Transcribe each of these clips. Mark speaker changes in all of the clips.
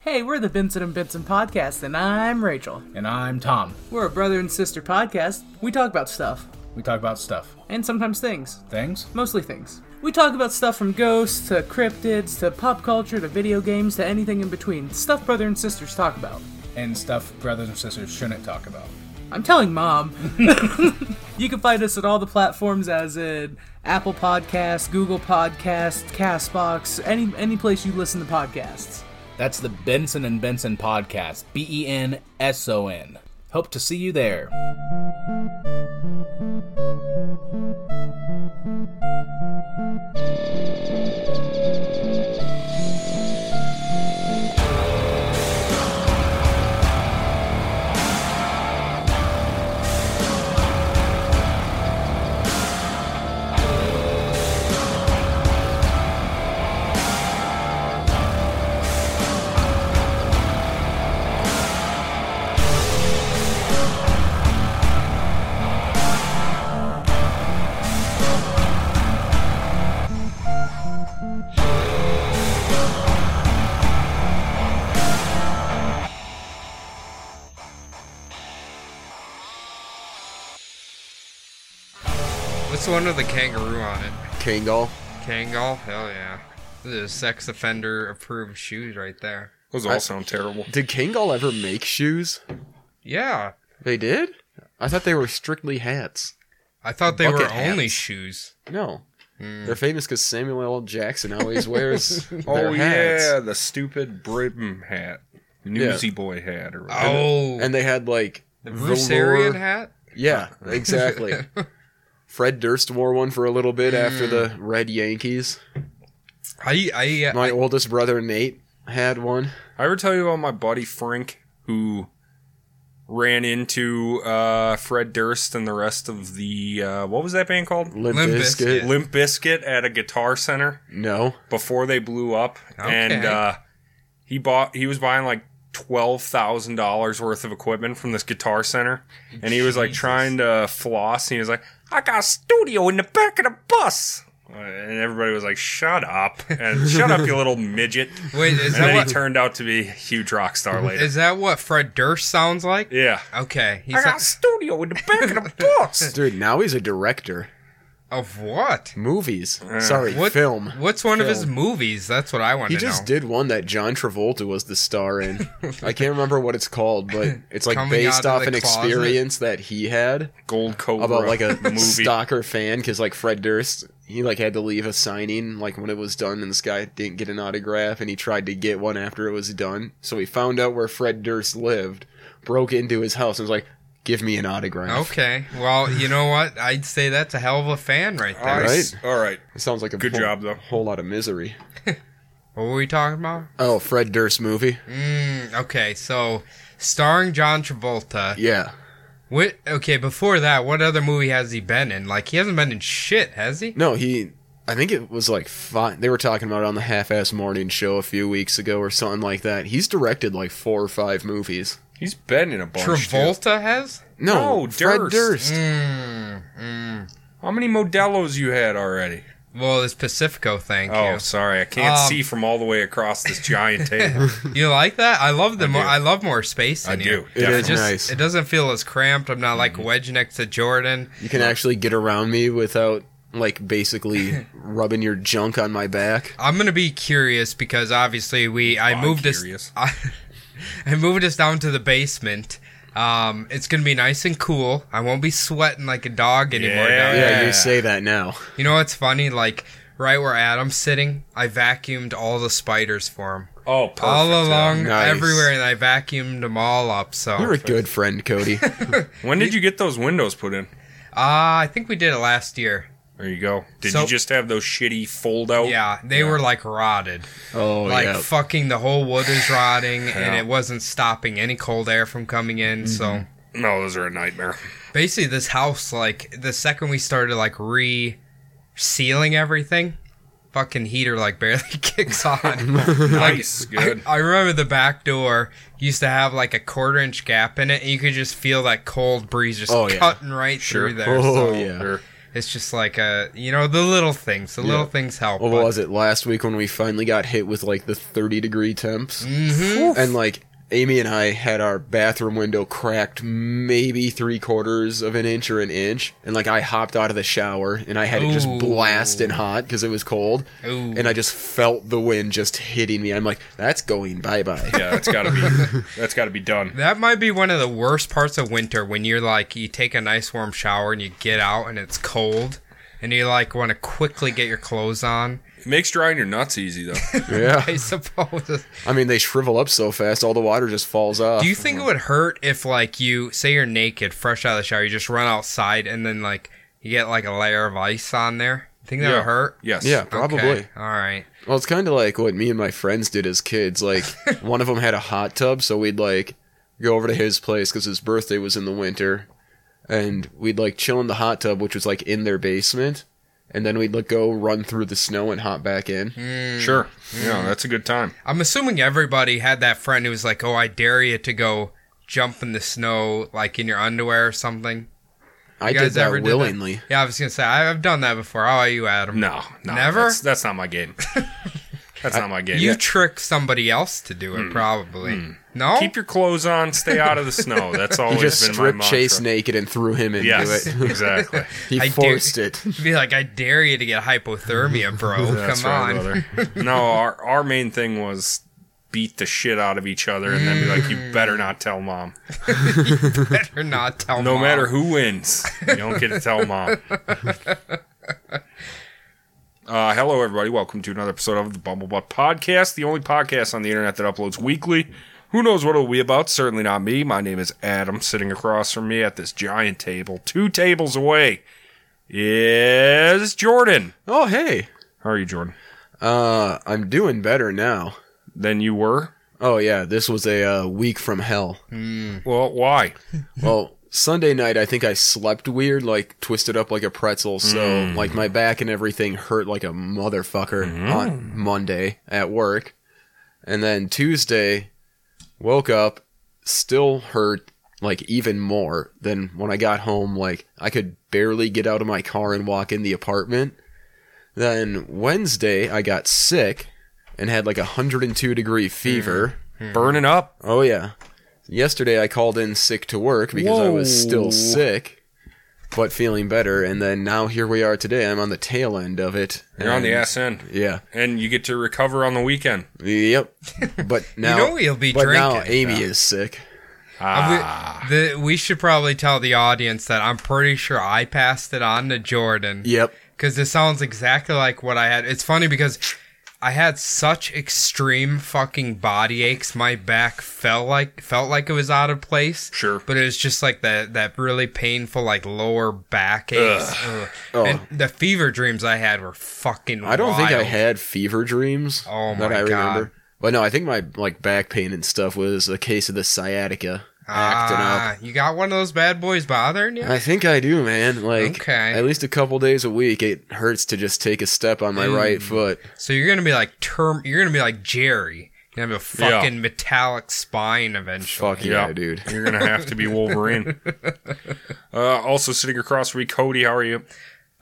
Speaker 1: Hey, we're the Benson and Benson podcast, and I'm Rachel.
Speaker 2: And I'm Tom.
Speaker 1: We're a brother and sister podcast. We talk about stuff,
Speaker 2: We talk about stuff.
Speaker 1: and sometimes things,
Speaker 2: Things?
Speaker 1: mostly things. We talk about stuff from ghosts to cryptids to pop culture to video games to anything in between. Stuff brother and sisters talk about.
Speaker 2: And stuff brothers and sisters shouldn't talk about.
Speaker 1: I'm telling mom. you can find us at all the platforms as in Apple Podcasts, Google Podcasts, Castbox, any any place you listen to podcasts.
Speaker 2: That's the Benson and Benson podcast. B E N S O N. Hope to see you there.
Speaker 3: What's the one with the kangaroo on it?
Speaker 4: Kangal.
Speaker 3: Kangal? Hell yeah. This is sex offender approved shoes right there.
Speaker 5: Those all sound terrible.
Speaker 4: Did Kangal ever make shoes?
Speaker 3: Yeah.
Speaker 4: They did? I thought they were strictly hats.
Speaker 3: I thought they were
Speaker 4: Bucket
Speaker 3: only
Speaker 4: hats.
Speaker 3: shoes.
Speaker 4: No. Hmm. They're famous because Samuel L. Jackson always wears their
Speaker 5: Oh
Speaker 4: hats.
Speaker 5: yeah, the stupid brim hat, newsy boy hat, or whatever.
Speaker 3: Oh.
Speaker 4: And they had like
Speaker 3: the
Speaker 4: velour-
Speaker 3: Vusarian hat?
Speaker 4: Yeah, exactly. Fred Durst wore one for a little bit after the
Speaker 3: Hmm.
Speaker 4: Red Yankees.
Speaker 3: I, I, uh,
Speaker 4: My oldest brother Nate had one.
Speaker 5: I ever tell you about my buddy Frank who ran into uh, Fred Durst and the rest of the uh, what was that band called?
Speaker 4: Limp,
Speaker 3: Limp
Speaker 4: Bizkit.
Speaker 3: Bizkit.
Speaker 5: Limp Biscuit at a guitar center
Speaker 4: No.
Speaker 5: before they blew up,
Speaker 3: Okay.
Speaker 5: and uh, he bought he was buying like twelve thousand dollars worth of equipment from this guitar center, and he was like
Speaker 3: Jesus.
Speaker 5: trying to floss, and he was like, "I got a studio in the back of the bus." And everybody was like, "Shut up!" and "Shut up, you little midget!"
Speaker 3: wait, is
Speaker 5: And then
Speaker 3: that
Speaker 5: he
Speaker 3: what,
Speaker 5: turned out to be a huge rock star later.
Speaker 3: is that what Fred Durst sounds like?
Speaker 5: yeah,
Speaker 3: Okay. He's
Speaker 5: I got
Speaker 3: like,
Speaker 5: a studio in the back of the bus.
Speaker 4: Dude, now he's a director.
Speaker 3: of what?
Speaker 4: Movies. Sorry,
Speaker 3: What
Speaker 4: film.
Speaker 3: What's one of his
Speaker 4: Film.
Speaker 3: movies? That's what I want
Speaker 4: He
Speaker 3: to
Speaker 4: just
Speaker 3: know.
Speaker 4: did one that John Travolta was the star in. I can't remember what it's called, but it's like
Speaker 3: Coming out
Speaker 4: based
Speaker 3: of
Speaker 4: off
Speaker 3: the
Speaker 4: an
Speaker 3: closet.
Speaker 4: experience that he had
Speaker 5: Gold Cobra
Speaker 4: about like a
Speaker 5: movie.
Speaker 4: stalker fan because like Fred Durst, he like had to leave a signing like when it was done, and this guy didn't get an autograph, and he tried to get one after it was done. So he found out where Fred Durst lived, broke into his house, and was like, "Give me an autograph."
Speaker 3: Okay. Well, you know what? I'd say that's a hell of a fan right
Speaker 5: All
Speaker 3: there.
Speaker 5: right, all right.
Speaker 4: It sounds like a
Speaker 5: Good
Speaker 4: whole-
Speaker 5: job, though.
Speaker 4: Whole lot of misery.
Speaker 3: What were we talking about?
Speaker 4: Oh, Fred Durst movie.
Speaker 3: Mm, okay, so starring John Travolta.
Speaker 4: Yeah.
Speaker 3: What? Okay, before that, what other movie has he been in? Like, he hasn't been in shit, has he?
Speaker 4: No, he. I think it was like five. They were talking about it on the half-ass morning show a few weeks ago or something like that. He's directed like four or five movies.
Speaker 5: He's been in a bunch. dude.
Speaker 3: Travolta has?
Speaker 4: No,
Speaker 5: No,
Speaker 4: Fred
Speaker 5: Durst.
Speaker 4: Durst.
Speaker 3: Mm, mm.
Speaker 5: How many Modelo's you had already?
Speaker 3: Well, this Pacifico, thank
Speaker 5: Oh,
Speaker 3: you.
Speaker 5: sorry, I can't
Speaker 3: Um,
Speaker 5: see from all the way across this giant table.
Speaker 3: You like that? I love the
Speaker 5: I
Speaker 3: more.
Speaker 5: do.
Speaker 3: I love more space.
Speaker 5: I
Speaker 3: in
Speaker 5: do. Mm-hmm.
Speaker 3: here.
Speaker 4: It is
Speaker 3: It just
Speaker 4: nice.
Speaker 3: it doesn't feel as cramped. I'm not like wedged next to Jordan.
Speaker 4: you can actually get around me without like basically rubbing your junk on my back.
Speaker 3: I'm gonna be curious because obviously we I
Speaker 5: I'm
Speaker 3: moved
Speaker 5: curious.
Speaker 3: us I, I moved us down to the basement. Um, it's gonna be nice and cool. I won't be sweating like a dog anymore. down
Speaker 5: Yeah.
Speaker 3: there.
Speaker 4: Yeah, you say that now.
Speaker 3: You know what's funny? Like right where Adam's sitting, I vacuumed all the spiders for him.
Speaker 5: Oh, perfect.
Speaker 3: all along,
Speaker 4: Nice.
Speaker 3: everywhere, and I vacuumed them all up. So
Speaker 4: You're a good friend, Cody.
Speaker 5: When did you get those windows put in?
Speaker 3: Ah, I think we did it last year.
Speaker 5: There you go. Did
Speaker 3: So-
Speaker 5: you just have those shitty fold out?
Speaker 3: Yeah, they were like rotted.
Speaker 4: Oh
Speaker 3: like
Speaker 4: yeah.
Speaker 3: fucking the whole wood is rotting, and it wasn't stopping any cold air from coming in. So
Speaker 4: Mm-hmm.
Speaker 5: No, those are a nightmare.
Speaker 3: basically this house like the second we started like re sealing everything fucking heater like barely kicks on
Speaker 5: Nice, good.
Speaker 3: I, I remember the back door used to have like a quarter inch gap in it and you could just feel that cold breeze just
Speaker 4: Oh, yeah.
Speaker 3: cutting right
Speaker 4: Sure.
Speaker 3: through there
Speaker 4: Oh
Speaker 3: so
Speaker 4: yeah.
Speaker 5: Or-
Speaker 3: It's just like uh you know the little things. The little
Speaker 4: Yeah.
Speaker 3: things help.
Speaker 4: What
Speaker 3: but-
Speaker 4: was it last week when we finally got hit with like the 30 degree temps?
Speaker 3: Mm-hmm.
Speaker 4: And like Amy and I had our bathroom window cracked maybe three quarters of an inch or an inch. And like I hopped out of the shower and I had it just
Speaker 3: Ooh.
Speaker 4: blasting hot because it was cold.
Speaker 3: Ooh.
Speaker 4: And I just felt the wind just hitting me. I'm like, that's going bye bye.
Speaker 5: Yeah, that's gotta be that's gotta be done.
Speaker 3: That might be one of the worst parts of winter when you're like you take a nice warm shower and you get out and it's cold and you like want to quickly get your clothes on.
Speaker 5: It makes drying your nuts easy though.
Speaker 4: yeah.
Speaker 3: I suppose.
Speaker 4: I mean, they shrivel up so fast, all the water just falls off.
Speaker 3: Do you think it would hurt if like you say you're naked, fresh out of the shower, you just run outside and then like you get like a layer of ice on there? Think that
Speaker 5: Yeah.
Speaker 3: would hurt?
Speaker 5: Yes.
Speaker 4: yeah,
Speaker 3: Okay.
Speaker 4: probably.
Speaker 3: All right.
Speaker 4: Well, it's kind of like what me and my friends did as kids. Like, one of them had a hot tub, so we'd like go over to his place because his birthday was in the winter, and we'd like chill in the hot tub, which was like in their basement, and then we'd like go run through the snow and hop back in.
Speaker 5: Mm. Sure. Yeah, that's a good time.
Speaker 3: I'm assuming everybody had that friend who was like, "Oh, I dare you to go jump in the snow like in your underwear or something."
Speaker 4: I
Speaker 3: You
Speaker 4: did
Speaker 3: guys
Speaker 4: that
Speaker 3: ever did that?
Speaker 4: willingly.
Speaker 3: Yeah, I was gonna say I- I've done that before. How are you, Adam?
Speaker 5: No, no
Speaker 3: Never?
Speaker 5: That's, that's not my game. That's not my game.
Speaker 3: You trick somebody else to do it, probably. No,
Speaker 5: Hmm. keep your clothes on, stay out of the snow. That's always
Speaker 4: He just
Speaker 5: been my
Speaker 4: stripped
Speaker 5: mantra.
Speaker 4: Chase naked and threw him into
Speaker 5: Yes,
Speaker 4: it.
Speaker 5: exactly.
Speaker 4: He
Speaker 3: I do-
Speaker 4: forced it.
Speaker 3: be like, I dare you to get hypothermia, bro.
Speaker 5: That's
Speaker 3: Come
Speaker 5: right,
Speaker 3: on.
Speaker 5: brother. No, our our main thing was beat the shit out of each other and then be like, you better not tell mom.
Speaker 3: Better not tell.
Speaker 5: No
Speaker 3: mom.
Speaker 5: matter who wins, you don't get to tell mom. Uh, hello, everybody. Welcome to another episode of the Bumblebutt Podcast, the only podcast on the internet that uploads weekly. Who knows what it'll be about? Certainly not me. My name is Adam, sitting across from me at this giant table, two tables away, is Jordan.
Speaker 4: Oh hey,
Speaker 5: How are you, Jordan?
Speaker 4: uh, I'm doing better now.
Speaker 5: Than you were?
Speaker 4: Oh yeah, this was a uh, week from hell.
Speaker 5: Well, why?
Speaker 4: Well, Sunday night I think I slept weird, like twisted up like a pretzel, so like my back and everything hurt like a motherfucker on Monday at work. And then Tuesday woke up still hurt like even more than when I got home like I could barely get out of my car and walk in the apartment. Then Wednesday I got sick and had like a 102 degree fever.
Speaker 5: Burning up.
Speaker 4: Oh yeah. Yesterday I called in sick to work because I was still sick, but feeling better. And then now here we are today. I'm on the tail end of it.
Speaker 5: You're on the
Speaker 4: and-
Speaker 5: ass end.
Speaker 4: Yeah.
Speaker 5: And you get to recover on the weekend.
Speaker 4: Yep. But now
Speaker 3: know you'll be
Speaker 4: but now
Speaker 3: drinking,
Speaker 4: Amy is sick.
Speaker 5: Ah,
Speaker 3: We, the, we should probably tell the audience that I'm pretty sure I passed it on to Jordan.
Speaker 4: Yep.
Speaker 3: Because this sounds exactly like what I had. It's funny because I had such extreme fucking body aches. My back felt like felt like it was out of place.
Speaker 5: Sure.
Speaker 3: But it was just like that that really painful like lower back aches. Ugh.
Speaker 4: Oh.
Speaker 3: And the fever dreams I had were fucking.
Speaker 4: I don't think I
Speaker 3: wild.
Speaker 4: had fever dreams
Speaker 3: Oh,
Speaker 4: that
Speaker 3: my
Speaker 4: I remember.
Speaker 3: God.
Speaker 4: But no, I think my like back pain and stuff was a case of the sciatica acting up.
Speaker 3: Ah, you got one of those bad boys bothering you?
Speaker 4: I think I do, man. Like
Speaker 3: Okay.
Speaker 4: at least a couple days a week it hurts to just take a step on
Speaker 3: Mm.
Speaker 4: my right foot.
Speaker 3: So you're gonna be like term. You're gonna be like Jerry. You're gonna have a
Speaker 5: Yeah.
Speaker 3: fucking metallic spine eventually.
Speaker 4: Fuck yeah, dude.
Speaker 5: You're gonna have to be Wolverine. uh, also sitting across from me, Cody. How are you?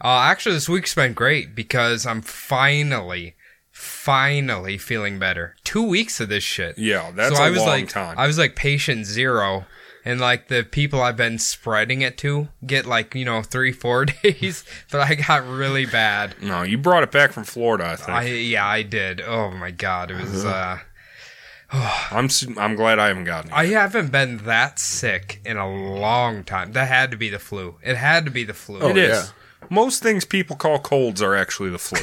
Speaker 3: Uh, actually, this week's been great because I'm finally, finally feeling better. Two weeks of this shit.
Speaker 5: Yeah, that's
Speaker 3: so
Speaker 5: a
Speaker 3: I was
Speaker 5: long
Speaker 3: like,
Speaker 5: time.
Speaker 3: I was like patient zero, and like the people I've been spreading it to get like you know three, four days. But I got really bad.
Speaker 5: no, you brought it back from Florida. I think
Speaker 3: I
Speaker 5: I,
Speaker 3: yeah, I did. Oh my god, it was.
Speaker 5: Uh-huh.
Speaker 3: uh
Speaker 5: am s am glad I haven't gotten it.
Speaker 3: I haven't been that sick in a long time. That had to be the flu. It had to be the flu.
Speaker 4: Oh,
Speaker 5: It is.
Speaker 4: yeah.
Speaker 5: Most things people call colds are actually the flu.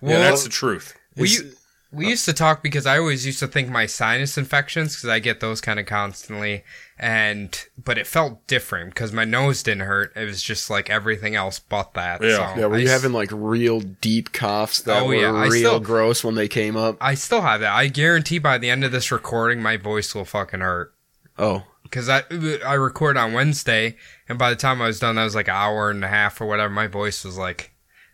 Speaker 3: Well,
Speaker 5: that's the truth.
Speaker 3: we,
Speaker 4: It's-
Speaker 3: u- we used to talk because I always used to think my sinus infections because I get those kind of constantly, and but it felt different because my nose didn't hurt. It was just like everything else but that.
Speaker 5: Yeah.
Speaker 3: so
Speaker 4: Yeah, were
Speaker 3: I
Speaker 4: you
Speaker 3: s-
Speaker 4: having like real deep coughs that
Speaker 3: Oh,
Speaker 4: were
Speaker 3: yeah, I
Speaker 4: real
Speaker 3: still-
Speaker 4: gross when they came up?
Speaker 3: I still have that. I guarantee by the end of this recording, my voice will fucking hurt.
Speaker 4: Oh,
Speaker 3: because I I record on Wednesday, and by the time I was done, that was like an hour and a half or whatever. My voice was like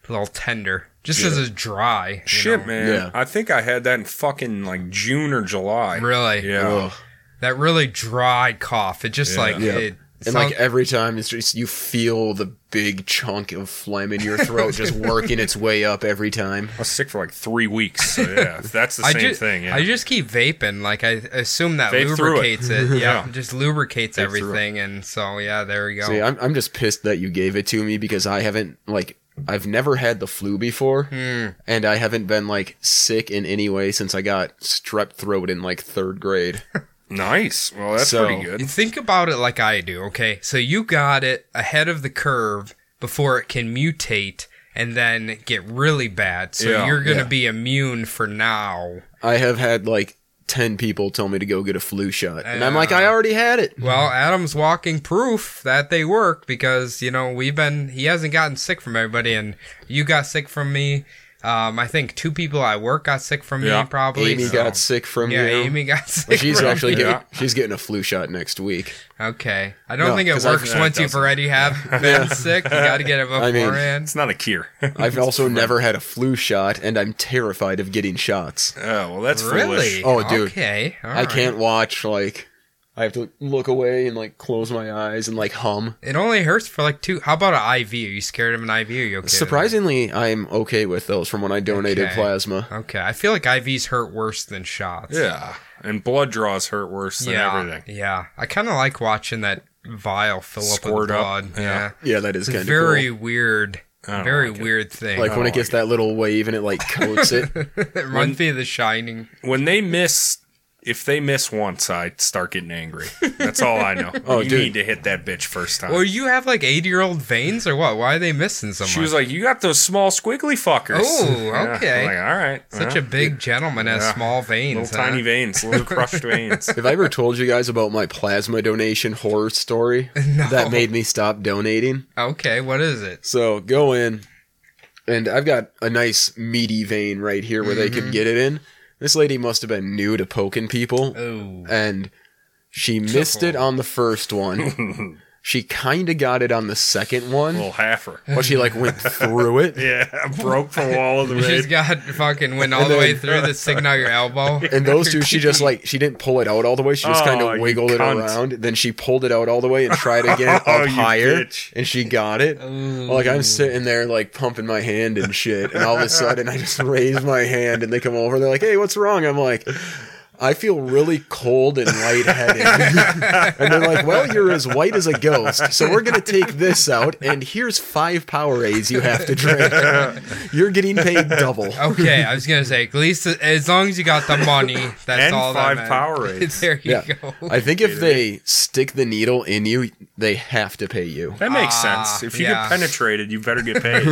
Speaker 3: a little tender, just because it's dry. you
Speaker 5: Shit,
Speaker 3: know?
Speaker 5: man.
Speaker 4: Yeah.
Speaker 5: I think I had that in fucking like June or July.
Speaker 3: Really,
Speaker 5: Yeah.
Speaker 4: Ugh.
Speaker 3: that really dry cough. It just
Speaker 5: Yeah.
Speaker 3: like
Speaker 4: Yeah.
Speaker 3: it
Speaker 4: And like every time, it's just you feel the big chunk of phlegm in your throat just working its way up every time.
Speaker 5: I was sick for like three weeks. So yeah, that's the
Speaker 3: I
Speaker 5: same
Speaker 3: just,
Speaker 5: thing. Yeah.
Speaker 3: I just keep vaping. Like I assume that
Speaker 5: Vape through it.
Speaker 3: lubricates it. Yeah,
Speaker 5: Yeah.
Speaker 3: just lubricates
Speaker 5: Vape through
Speaker 3: everything, and so yeah, there we go.
Speaker 4: See, I'm I'm just pissed that you gave it to me because I haven't like I've never had the flu before,
Speaker 3: Hmm.
Speaker 4: and I haven't been like sick in any way since I got strep throat in like third grade.
Speaker 5: nice. Well, that's
Speaker 4: So-
Speaker 5: pretty good.
Speaker 3: And think about it like I do, okay? So you got it ahead of the curve before it can mutate and then get really bad. So
Speaker 5: Yeah,
Speaker 3: you're going to
Speaker 4: yeah.
Speaker 3: be immune for now.
Speaker 4: I have had like ten people tell me to go get a flu shot, and I'm like,
Speaker 3: Uh.
Speaker 4: I already had it.
Speaker 3: Well, Adam's walking proof that they work because, you know, we've been, he hasn't gotten sick from everybody and you got sick from me. Um, I think two people at work got sick from
Speaker 5: Yeah.
Speaker 3: me probably.
Speaker 4: Amy
Speaker 3: so-
Speaker 4: got sick from
Speaker 3: Yeah,
Speaker 4: you.
Speaker 3: Amy got
Speaker 4: Well,
Speaker 3: sick.
Speaker 4: she's
Speaker 3: from-
Speaker 4: actually getting,
Speaker 5: Yeah.
Speaker 4: she's getting a flu shot next week.
Speaker 3: okay. I don't
Speaker 4: No,
Speaker 3: think it
Speaker 4: 'cause I-
Speaker 3: works
Speaker 5: Yeah, it
Speaker 3: once you've
Speaker 5: doesn't.
Speaker 3: already have been sick. You got to get it
Speaker 4: I mean,
Speaker 3: beforehand.
Speaker 5: It's not a cure. oh,
Speaker 4: I've also never had a flu shot, and I'm terrified of getting shots.
Speaker 5: well, that's
Speaker 3: Really?
Speaker 5: foolish.
Speaker 4: Oh, dude.
Speaker 3: Okay. all
Speaker 4: I
Speaker 3: right.
Speaker 4: can't watch like I have to look away and like close my eyes and like hum.
Speaker 3: It only hurts for like two. How about an IV? Are you scared of an IV? Are you okay?
Speaker 4: Surprisingly, I'm okay with those from when I donated
Speaker 3: Okay.
Speaker 4: plasma.
Speaker 3: Okay. I feel like IVs hurt worse than shots.
Speaker 5: Yeah. And blood draws hurt worse than
Speaker 3: Yeah.
Speaker 5: everything.
Speaker 3: Yeah. I kind of like watching that vial fill up with
Speaker 5: Squirt up,
Speaker 3: blood.
Speaker 5: yeah.
Speaker 3: Yeah.
Speaker 4: Yeah, that
Speaker 3: It's
Speaker 4: is
Speaker 3: a
Speaker 4: kind of
Speaker 3: very weird,
Speaker 5: I don't
Speaker 3: very
Speaker 5: like it.
Speaker 3: weird thing.
Speaker 4: Cool. Like when
Speaker 5: I
Speaker 4: it gets that little wave and it like coats it.
Speaker 3: it runs through the shining.
Speaker 5: When they miss, if they miss once, I start getting angry. That's all I know.
Speaker 4: Oh,
Speaker 5: you
Speaker 4: dude.
Speaker 5: need to hit that bitch first time.
Speaker 3: Well, you have like eighty-year-old veins or what? Why are they missing so much?
Speaker 5: she was like, "You got those small squiggly fuckers."
Speaker 3: Oh,
Speaker 5: Yeah, I'm
Speaker 3: okay.
Speaker 5: like, all right.
Speaker 3: such
Speaker 5: yeah.
Speaker 3: a big gentleman has
Speaker 5: Yeah.
Speaker 3: small veins.
Speaker 5: little
Speaker 3: huh?
Speaker 5: tiny veins, little crushed veins.
Speaker 4: Have I ever told you guys about my plasma donation horror story
Speaker 3: No.
Speaker 4: that made me stop donating?
Speaker 3: Okay, what is it?
Speaker 4: So go in, and I've got a nice meaty vein right here where they could get it in. This lady must have been new to poking people,
Speaker 3: Oh,
Speaker 4: and she missed it on the first one. she kind of got it on the second one,
Speaker 5: little halfer.
Speaker 4: but she like went through it.
Speaker 5: Yeah, broke the wall of the
Speaker 3: she's
Speaker 5: red.
Speaker 3: got fucking went all the way through the signal your elbow.
Speaker 4: And those two, she just like she didn't pull it out all the way. She just kind
Speaker 5: Oh,
Speaker 4: of
Speaker 5: you
Speaker 4: wiggled it
Speaker 5: cunt.
Speaker 4: around. Then she pulled it out all the way and tried again up
Speaker 5: Oh, you
Speaker 4: higher,
Speaker 5: bitch.
Speaker 4: and she got it. Like I'm sitting there like pumping my hand and shit, and all of a sudden I just raise my hand, and they come over. They're like, "Hey, what's wrong?" I'm like. I feel really cold and lightheaded. and they're like, well, you're as white as a ghost. So we're going to take this out, and here's five Powerades you have to drink. You're getting paid double.
Speaker 3: Okay, I was gonna say at least as long as you got the money, that's
Speaker 5: And
Speaker 3: all
Speaker 5: five
Speaker 3: that
Speaker 5: Powerades.
Speaker 3: matters. there you
Speaker 4: Yeah.
Speaker 3: go.
Speaker 4: I think if they stick the needle in you, they have to pay you.
Speaker 5: That makes
Speaker 3: Ah,
Speaker 5: sense. If you
Speaker 3: yeah.
Speaker 5: get penetrated, you better get paid.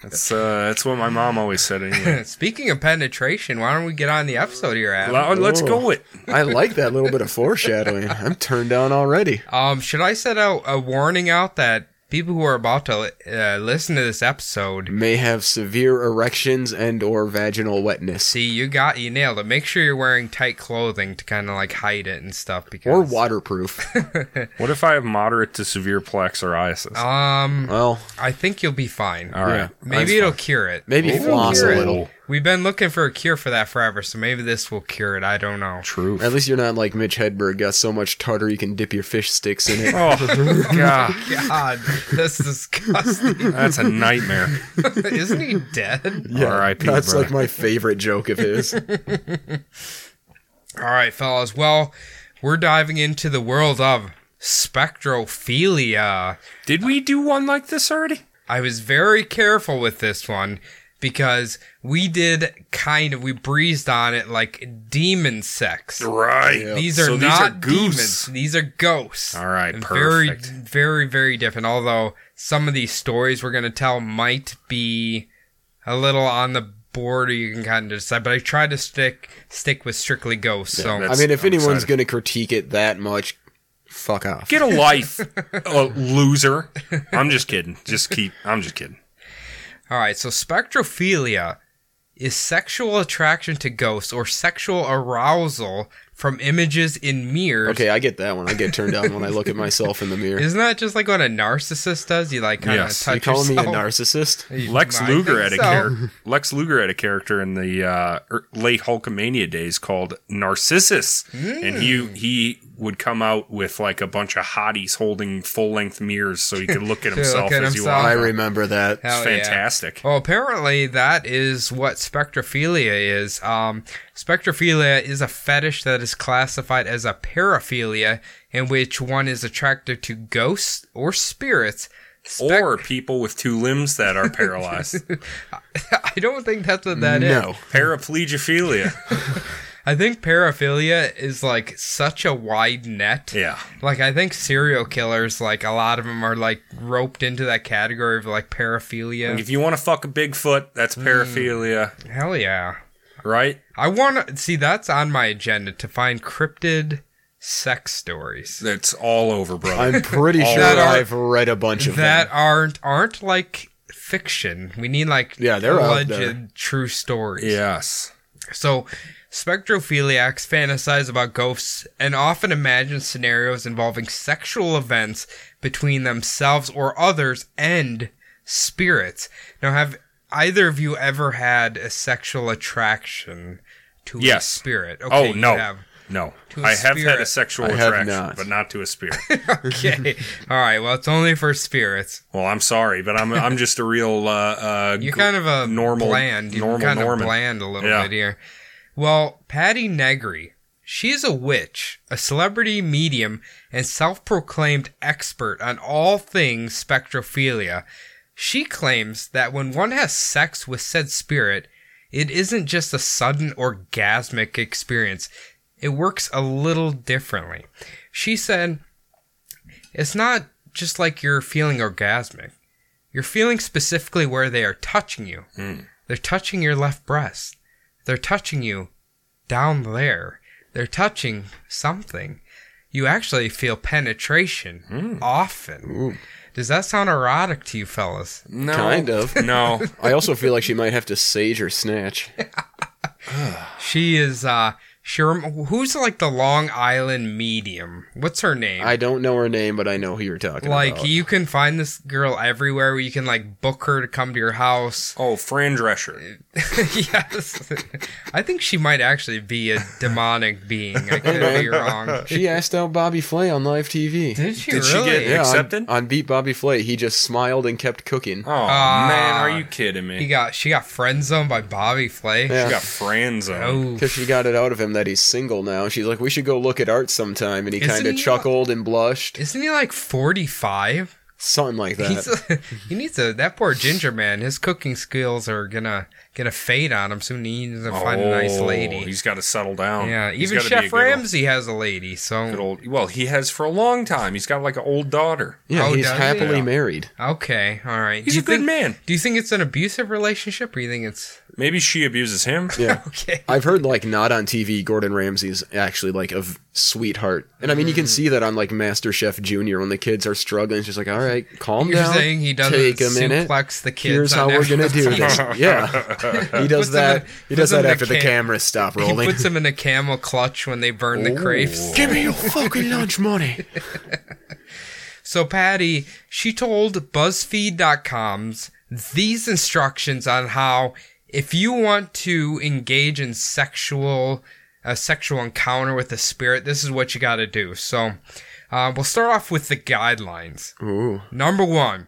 Speaker 5: that's uh, that's what my mom always said. Anyway.
Speaker 3: Speaking of penetration, why don't we get on the episode here, Adam?
Speaker 5: Well, Let's
Speaker 4: Ooh.
Speaker 3: Oh.
Speaker 5: go it.
Speaker 4: I like that little bit of foreshadowing. I'm turned on already.
Speaker 3: Um, should I set out a warning out that people who are about to uh, listen to this episode?
Speaker 4: May have severe erections and or vaginal wetness
Speaker 3: See, you got you nailed it. Make sure you're wearing tight clothing to kind of like hide it and stuff because
Speaker 4: or waterproof.
Speaker 5: What if I have moderate to severe plaque psoriasis?
Speaker 3: Um,
Speaker 4: Well,
Speaker 3: I think you'll be fine.
Speaker 5: All right.
Speaker 3: Maybe it'll cure it.
Speaker 4: maybe
Speaker 5: Ooh.
Speaker 4: floss a
Speaker 5: Ooh.
Speaker 4: little.
Speaker 3: We've been looking for a cure for that forever, so maybe this will cure it. I don't know.
Speaker 5: True.
Speaker 4: At least you're not like Mitch Hedberg, got so much tartar you can dip your fish sticks in it.
Speaker 5: Oh god,
Speaker 3: God, that's disgusting.
Speaker 5: that's a nightmare.
Speaker 3: Isn't he dead?
Speaker 5: R.I.P.
Speaker 4: That's
Speaker 5: brother.
Speaker 4: like my favorite joke of his.
Speaker 3: All right, fellas. Well, we're diving into the world of spectrophilia.
Speaker 5: Did we do one like this already?
Speaker 3: I was very careful with this one because we did kind of we breezed on it like demon sex.
Speaker 5: Right.
Speaker 3: These are
Speaker 5: So these
Speaker 3: not
Speaker 5: are
Speaker 3: demons.
Speaker 5: goose.
Speaker 3: These are ghosts.
Speaker 5: All right,
Speaker 3: And
Speaker 5: perfect.
Speaker 3: Very, very, very different. Although some of these stories we're going to tell might be a little on the border. You can kind of decide. But I tried to stick stick with strictly ghosts. so
Speaker 4: I mean, if
Speaker 5: I'm
Speaker 4: anyone's
Speaker 5: excited.
Speaker 4: going to critique it that much, fuck off.
Speaker 5: Get a life, uh, loser. I'm just kidding. Just keep. I'm just kidding.
Speaker 3: All right, so spectrophilia is sexual attraction to ghosts or sexual arousal from images in mirrors.
Speaker 4: Okay, I get that one. I get turned on when I look at myself in the mirror.
Speaker 3: Isn't that just like what a narcissist does? You like kind of
Speaker 5: Yes.
Speaker 3: touch
Speaker 4: You calling me a
Speaker 3: yourself?
Speaker 4: narcissist?
Speaker 3: You
Speaker 5: Lex
Speaker 3: might
Speaker 5: Luger had
Speaker 3: think
Speaker 5: a
Speaker 3: so.
Speaker 5: character. Lex Luger had a character in
Speaker 4: Hmm.
Speaker 5: the uh, er- late Hulkamania days called Narcissus, and he he would come out with like a bunch of hotties holding full length mirrors so he could look at himself Oh,
Speaker 3: at
Speaker 5: as
Speaker 3: himself.
Speaker 5: he
Speaker 4: I
Speaker 5: walked.
Speaker 4: remember that.
Speaker 5: It's
Speaker 3: Hell yeah.
Speaker 5: fantastic.
Speaker 3: Well, apparently that is what spectrophilia is. Um, spectrophilia is a fetish that is classified as a paraphilia, in which one is attracted to ghosts or spirits. Spec-
Speaker 5: Or people with two limbs that are paralyzed.
Speaker 3: I don't think that's what that is.
Speaker 4: no.
Speaker 5: Paraplegophilia.
Speaker 3: I think paraphilia is like such a wide net.
Speaker 5: Yeah.
Speaker 3: Like I think serial killers, like a lot of them are like roped into that category of like paraphilia.
Speaker 5: If you want to fuck a Bigfoot, that's paraphilia,
Speaker 3: Hell yeah.
Speaker 5: right?
Speaker 3: I want to see that's on my agenda to find cryptid sex stories
Speaker 5: That's all over, brother.
Speaker 4: I'm pretty sure
Speaker 3: That are-
Speaker 4: I've read a bunch of
Speaker 3: that
Speaker 4: that.
Speaker 3: aren't aren't like fiction. We need like
Speaker 4: Yeah, they're out
Speaker 3: legend
Speaker 4: there.
Speaker 3: true stories.
Speaker 5: yes.
Speaker 3: So, spectrophiliacs fantasize about ghosts and often imagine scenarios involving sexual events between themselves or others and spirits. Now, have either of you ever had a sexual attraction to a
Speaker 5: Yes.
Speaker 3: spirit?
Speaker 5: oh,
Speaker 3: you
Speaker 5: no.
Speaker 3: have.
Speaker 5: No.
Speaker 3: To a
Speaker 5: I have had
Speaker 3: spirit.
Speaker 5: a sexual
Speaker 4: I have
Speaker 5: attraction,
Speaker 4: not.
Speaker 5: but not to a spirit.
Speaker 3: Okay. All right. Well, it's only for spirits.
Speaker 5: well, I'm sorry, but I'm I'm just a real uh, uh
Speaker 3: You're
Speaker 5: gr-
Speaker 3: kind of a
Speaker 5: normal
Speaker 3: bland. You're
Speaker 5: normal
Speaker 3: kind
Speaker 5: Norman.
Speaker 3: of bland a little
Speaker 5: Yeah.
Speaker 3: bit here. Well, Patty Negri, she's a witch, a celebrity medium, and self-proclaimed expert on all things spectrophilia. She claims that when one has sex with said spirit, it isn't just a sudden orgasmic experience. It works a little differently. She said, it's not just like you're feeling orgasmic. You're feeling specifically where they are touching you. They're touching your left breast. They're touching you down there. They're touching something. You actually feel penetration often. Does that sound erotic to you, fellas?
Speaker 5: no,
Speaker 4: Kind of.
Speaker 5: No.
Speaker 4: I also feel like she might have to sage or snatch.
Speaker 3: She is, uh, she rem- who's like the Long Island medium? What's her name?
Speaker 4: I don't know her name, but I know who you're talking
Speaker 3: like,
Speaker 4: about.
Speaker 3: you can find this girl everywhere where you can, like, book her to come to your house.
Speaker 5: Oh, Fran Drescher.
Speaker 3: yes. I think she might actually be a demonic being. I could be wrong.
Speaker 4: She asked out Bobby Flay on live TV.
Speaker 3: Did she
Speaker 5: Did she
Speaker 3: really?
Speaker 5: get-
Speaker 4: Yeah, on-
Speaker 5: Accepted?
Speaker 4: On, Beat Bobby Flay, he just smiled and kept cooking.
Speaker 5: Oh man, are you kidding me?
Speaker 3: He got she got friend zoned by Bobby Flay.
Speaker 5: She
Speaker 4: Yeah.
Speaker 5: got Franzo.
Speaker 3: Oh,
Speaker 4: Because she got it out of him that he's single now. She's like, we should go look at art sometime. And he
Speaker 3: Isn't
Speaker 4: kind of
Speaker 3: he-
Speaker 4: chuckled and blushed.
Speaker 3: isn't he like forty five?
Speaker 4: Something like
Speaker 3: He's
Speaker 4: that.
Speaker 3: a, he needs a that poor ginger man. His cooking skills are gonna gonna fade on him soon. He needs to find a nice lady.
Speaker 5: Oh, He's got to settle down.
Speaker 3: Yeah,
Speaker 5: He's
Speaker 3: even
Speaker 5: gotta be a
Speaker 3: Chef
Speaker 5: good old-
Speaker 3: Ramsay has a lady.
Speaker 5: good
Speaker 3: So
Speaker 5: old- well, he has for a long time. He's got like an old daughter.
Speaker 4: yeah,
Speaker 3: Oh,
Speaker 4: he's
Speaker 3: does he?
Speaker 4: happily
Speaker 5: Yeah.
Speaker 4: married.
Speaker 3: okay, all right.
Speaker 5: He's
Speaker 3: Do
Speaker 5: a
Speaker 3: you
Speaker 5: good
Speaker 3: think-
Speaker 5: man.
Speaker 3: Do you think it's an abusive relationship, or you think it's
Speaker 5: Maybe she abuses him.
Speaker 4: Yeah.
Speaker 3: okay?
Speaker 4: I've heard, like, not on TV, Gordon Ramsay's actually, like, a v- sweetheart. And I mean, you
Speaker 3: Hmm.
Speaker 4: can see that on, like, Master Chef Jr. when the kids are struggling. It's just like, all right, calm
Speaker 3: You're
Speaker 4: down.
Speaker 3: saying he doesn't
Speaker 4: take a minute.
Speaker 3: suplex the kids.
Speaker 4: Here's
Speaker 3: on
Speaker 4: how we're gonna
Speaker 3: national TV.
Speaker 4: do this. Yeah, he does
Speaker 3: Puts him
Speaker 4: that.
Speaker 3: in-
Speaker 4: he
Speaker 3: puts
Speaker 4: does
Speaker 3: him
Speaker 4: that
Speaker 3: in a
Speaker 4: after the
Speaker 3: ca-
Speaker 4: cameras stop
Speaker 3: He
Speaker 4: rolling.
Speaker 3: puts them in a camel clutch when they burn the crepes.
Speaker 4: Give me your fucking lunch money.
Speaker 3: So Patty, she told BuzzFeed.com's these instructions on how if you want to engage in sexual a sexual encounter with a spirit, this is what you got to do. So uh, we'll start off with the guidelines.
Speaker 4: Ooh,
Speaker 3: Number one,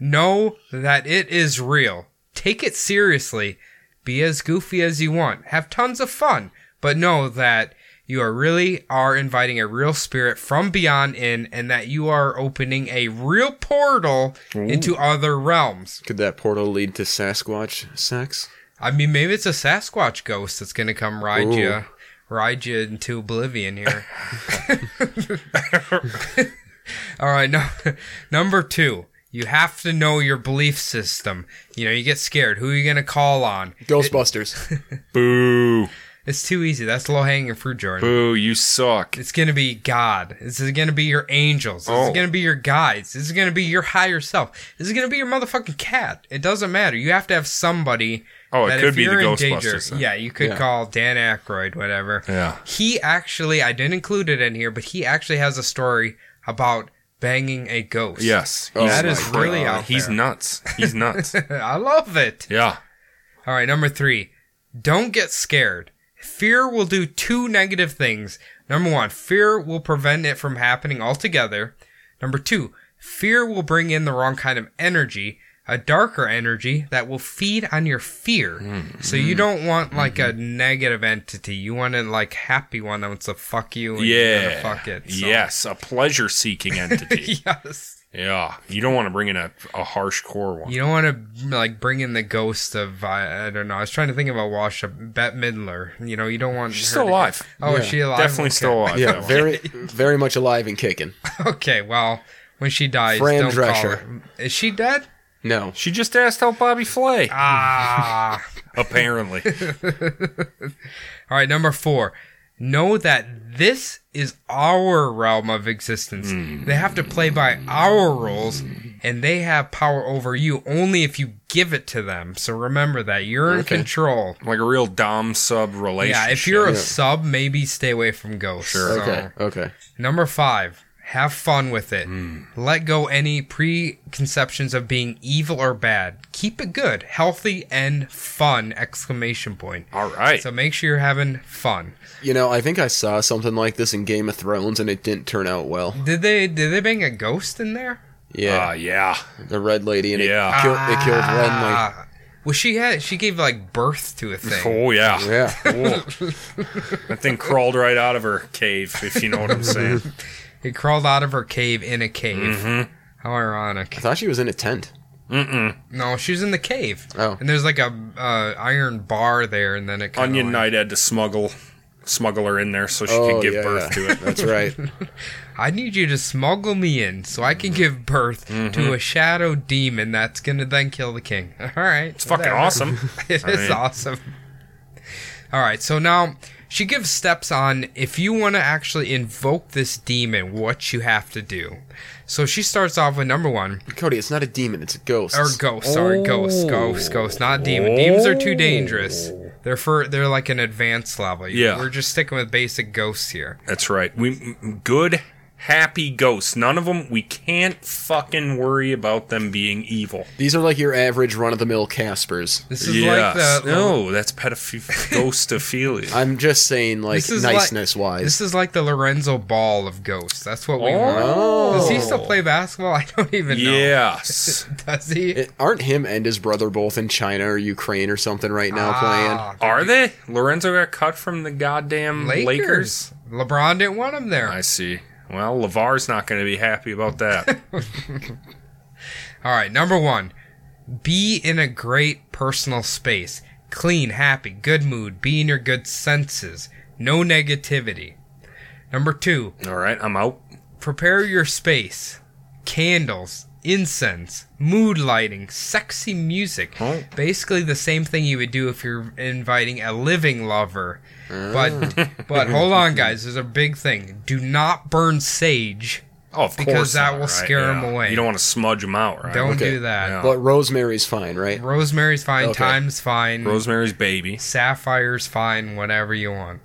Speaker 3: know that it is real. Take it seriously. Be as goofy as you want. Have tons of fun, but know that you are really are inviting a real spirit from beyond in and that you are opening a real portal into other realms.
Speaker 4: could that portal lead to Sasquatch sex?
Speaker 3: I mean, maybe it's a Sasquatch ghost that's going to come ride
Speaker 4: Ooh.
Speaker 3: you, ride you into oblivion here. All right, no, number two, you have to know your belief system. You know, you get scared. Who are you going to call on?
Speaker 4: Ghostbusters.
Speaker 5: Boo.
Speaker 3: It's too easy. That's low hanging fruit, Jordan.
Speaker 5: Boo, you suck.
Speaker 3: It's going to be God. This is going to be your angels. This
Speaker 5: Oh.
Speaker 3: is going to be your guides. This is going to be your higher self. This is going to be your motherfucking cat. It doesn't matter. You have to have somebody.
Speaker 5: Oh, it
Speaker 3: that
Speaker 5: could
Speaker 3: if
Speaker 5: be the
Speaker 3: you're in danger-
Speaker 5: Ghostbusters then.
Speaker 3: Yeah, you could call Dan Aykroyd, whatever.
Speaker 5: Yeah.
Speaker 3: He actually, I didn't include it in here, but he actually has a story about banging a ghost.
Speaker 5: Yes.
Speaker 4: Oh
Speaker 5: he's-
Speaker 3: That is
Speaker 4: my
Speaker 3: really
Speaker 5: uh,
Speaker 3: out
Speaker 5: He's
Speaker 3: there.
Speaker 5: nuts. He's nuts.
Speaker 3: I love it.
Speaker 5: yeah.
Speaker 3: All right, number three. Don't get scared. Fear will do two negative things. Number one, fear will prevent it from happening altogether. Number two, fear will bring in the wrong kind of energy, a darker energy that will feed on your fear.
Speaker 5: Mm-hmm.
Speaker 3: So you don't want like a negative entity. You want a like happy one that wants to fuck you and you're gonna
Speaker 5: Yeah.
Speaker 3: fuck it. so-
Speaker 5: Yes, a pleasure seeking entity.
Speaker 3: yes.
Speaker 5: yeah. You don't want to bring in a, a harsh core one.
Speaker 3: You don't want to like bring in the ghost of I, I don't know. I was trying to think of a wash up Bette Midler. You know, you don't want.
Speaker 5: She's
Speaker 3: her
Speaker 5: still
Speaker 3: to-
Speaker 5: alive.
Speaker 3: Oh, is she alive?
Speaker 5: Definitely
Speaker 3: Okay.
Speaker 5: still alive.
Speaker 4: Yeah,
Speaker 5: that one.
Speaker 4: very, very much alive and kicking.
Speaker 3: Okay, well, when she dies,
Speaker 4: Fran
Speaker 3: don't
Speaker 4: Drescher.
Speaker 3: call her. Is she dead?
Speaker 4: No,
Speaker 5: She just asked how Bobby Flay.
Speaker 3: Ah.
Speaker 5: apparently.
Speaker 3: All right, number four. Know that this is our realm of existence.
Speaker 4: Hmm.
Speaker 3: They have to play by our rules, and they have power over you only if you give it to them. So remember that you're in
Speaker 4: Okay.
Speaker 3: control.
Speaker 5: like a real dom sub relationship.
Speaker 3: Yeah, if you're a
Speaker 4: Yeah.
Speaker 3: sub, maybe stay away from ghosts.
Speaker 5: Sure.
Speaker 3: So-
Speaker 4: okay, okay.
Speaker 3: Number five, have fun with it. Let go any preconceptions of being evil or bad. Keep it good, healthy, and fun! Exclamation point.
Speaker 5: All right.
Speaker 3: So make sure you're having fun.
Speaker 4: You know, I think I saw something like this in Game of Thrones, and it didn't turn out well.
Speaker 3: Did they did they bring a ghost in there?
Speaker 5: Ah,
Speaker 4: Yeah,
Speaker 5: yeah.
Speaker 3: Uh,
Speaker 4: the Red Lady, and
Speaker 5: Yeah.
Speaker 4: it, killed, it killed Renly.
Speaker 3: Ah, well, she had she gave like birth to a thing.
Speaker 5: Oh, yeah.
Speaker 4: Yeah,
Speaker 5: Cool. that thing crawled right out of her cave, if you know what I'm saying.
Speaker 3: It crawled out of her cave in a cave. How ironic!
Speaker 4: I thought she was in a tent.
Speaker 3: No, she was in the cave.
Speaker 4: Oh.
Speaker 3: and there's like a uh, iron bar there, and then it kinda
Speaker 5: Onion
Speaker 3: went-
Speaker 5: Knight had to smuggle smuggle her in there so she
Speaker 3: Oh,
Speaker 5: could give birth to it.
Speaker 4: That's right.
Speaker 3: I need you to smuggle me in so I
Speaker 5: Mm-hmm.
Speaker 3: can give birth to a shadow demon that's going to then kill the king. All right.
Speaker 5: It's fucking awesome.
Speaker 3: It is
Speaker 5: I mean-
Speaker 3: awesome. All right. So now she gives steps on if you want to actually invoke this demon, what you have to do. So she starts off with number one,
Speaker 4: Cody, it's not a demon; it's a ghost.
Speaker 3: or ghost, sorry,
Speaker 5: Oh.
Speaker 3: ghost, ghost, ghost, not demon. Demons are too dangerous. They're for they're like an advanced level.
Speaker 5: Yeah.
Speaker 3: we're just sticking with basic ghosts here.
Speaker 5: That's right. We m- m- good, happy ghosts. None of them. We can't fucking worry about them being evil.
Speaker 4: These are like your average run-of-the-mill Caspers.
Speaker 3: This is
Speaker 5: Yes.
Speaker 3: like the
Speaker 5: no, that's pedophilia. Ghostophilia.
Speaker 4: I'm just saying, like
Speaker 3: This is
Speaker 4: niceness-wise.
Speaker 3: This is like the Lorenzo Ball of ghosts. That's what we want.
Speaker 5: Oh.
Speaker 3: Does he still play basketball? I don't even
Speaker 5: Yes.
Speaker 3: know. Does he?
Speaker 4: It- aren't him and his brother both in China or Ukraine or something right now
Speaker 3: Ah,
Speaker 5: Are they? Lorenzo got cut from the goddamn Lakers.
Speaker 3: Lakers. LeBron didn't want him there.
Speaker 5: I see. Well, Lavar's not going to be happy about that.
Speaker 3: All right, number one, be in a great personal space. Clean, happy, good mood. Be in your good senses. No negativity. Number two,
Speaker 5: All right, I'm out.
Speaker 3: prepare your space. Candles, incense, mood lighting, sexy music.
Speaker 5: Oh.
Speaker 3: Basically the same thing you would do if you're inviting a living lover. But but hold on guys, there's a big thing. Do not burn sage.
Speaker 5: Oh, of
Speaker 3: Because
Speaker 5: course
Speaker 3: that
Speaker 5: not,
Speaker 3: will
Speaker 5: right?
Speaker 3: scare 'em
Speaker 5: Yeah.
Speaker 3: away.
Speaker 5: You don't want to smudge them out, right?
Speaker 3: Don't
Speaker 4: Okay.
Speaker 3: do that.
Speaker 5: Yeah.
Speaker 4: playing, but Rosemary's fine, right?
Speaker 3: Rosemary's fine,
Speaker 4: Okay.
Speaker 3: time's fine.
Speaker 5: Rosemary's Baby.
Speaker 3: Sapphire's fine, whatever you want.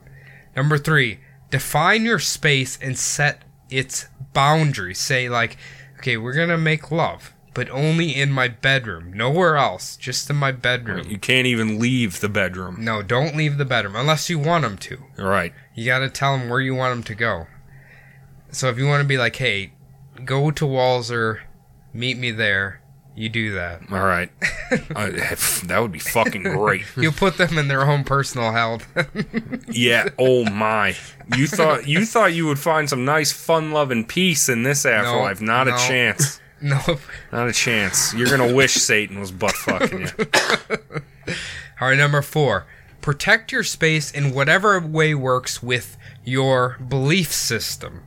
Speaker 3: Number three, define your space and set its boundaries. Say, like, okay, we're going to make love, but only in my bedroom. Nowhere else, just in my bedroom.
Speaker 5: You can't even leave the bedroom.
Speaker 3: No, don't leave the bedroom unless you want them to.
Speaker 5: All right.
Speaker 3: You got to tell them where you want them to go. So if you want to be like, hey, go to Walzer, meet me there, you do that.
Speaker 5: All right. Uh, that would be fucking great.
Speaker 3: You'll put them in their own personal hell.
Speaker 5: Yeah. Oh my. You thought you thought you would find some nice fun love and peace in this afterlife. Not
Speaker 3: no.
Speaker 5: a chance.
Speaker 3: no,
Speaker 5: Not a chance. You're gonna wish Satan was butt fucking you.
Speaker 3: All right, number four. Protect your space in whatever way works with your belief system.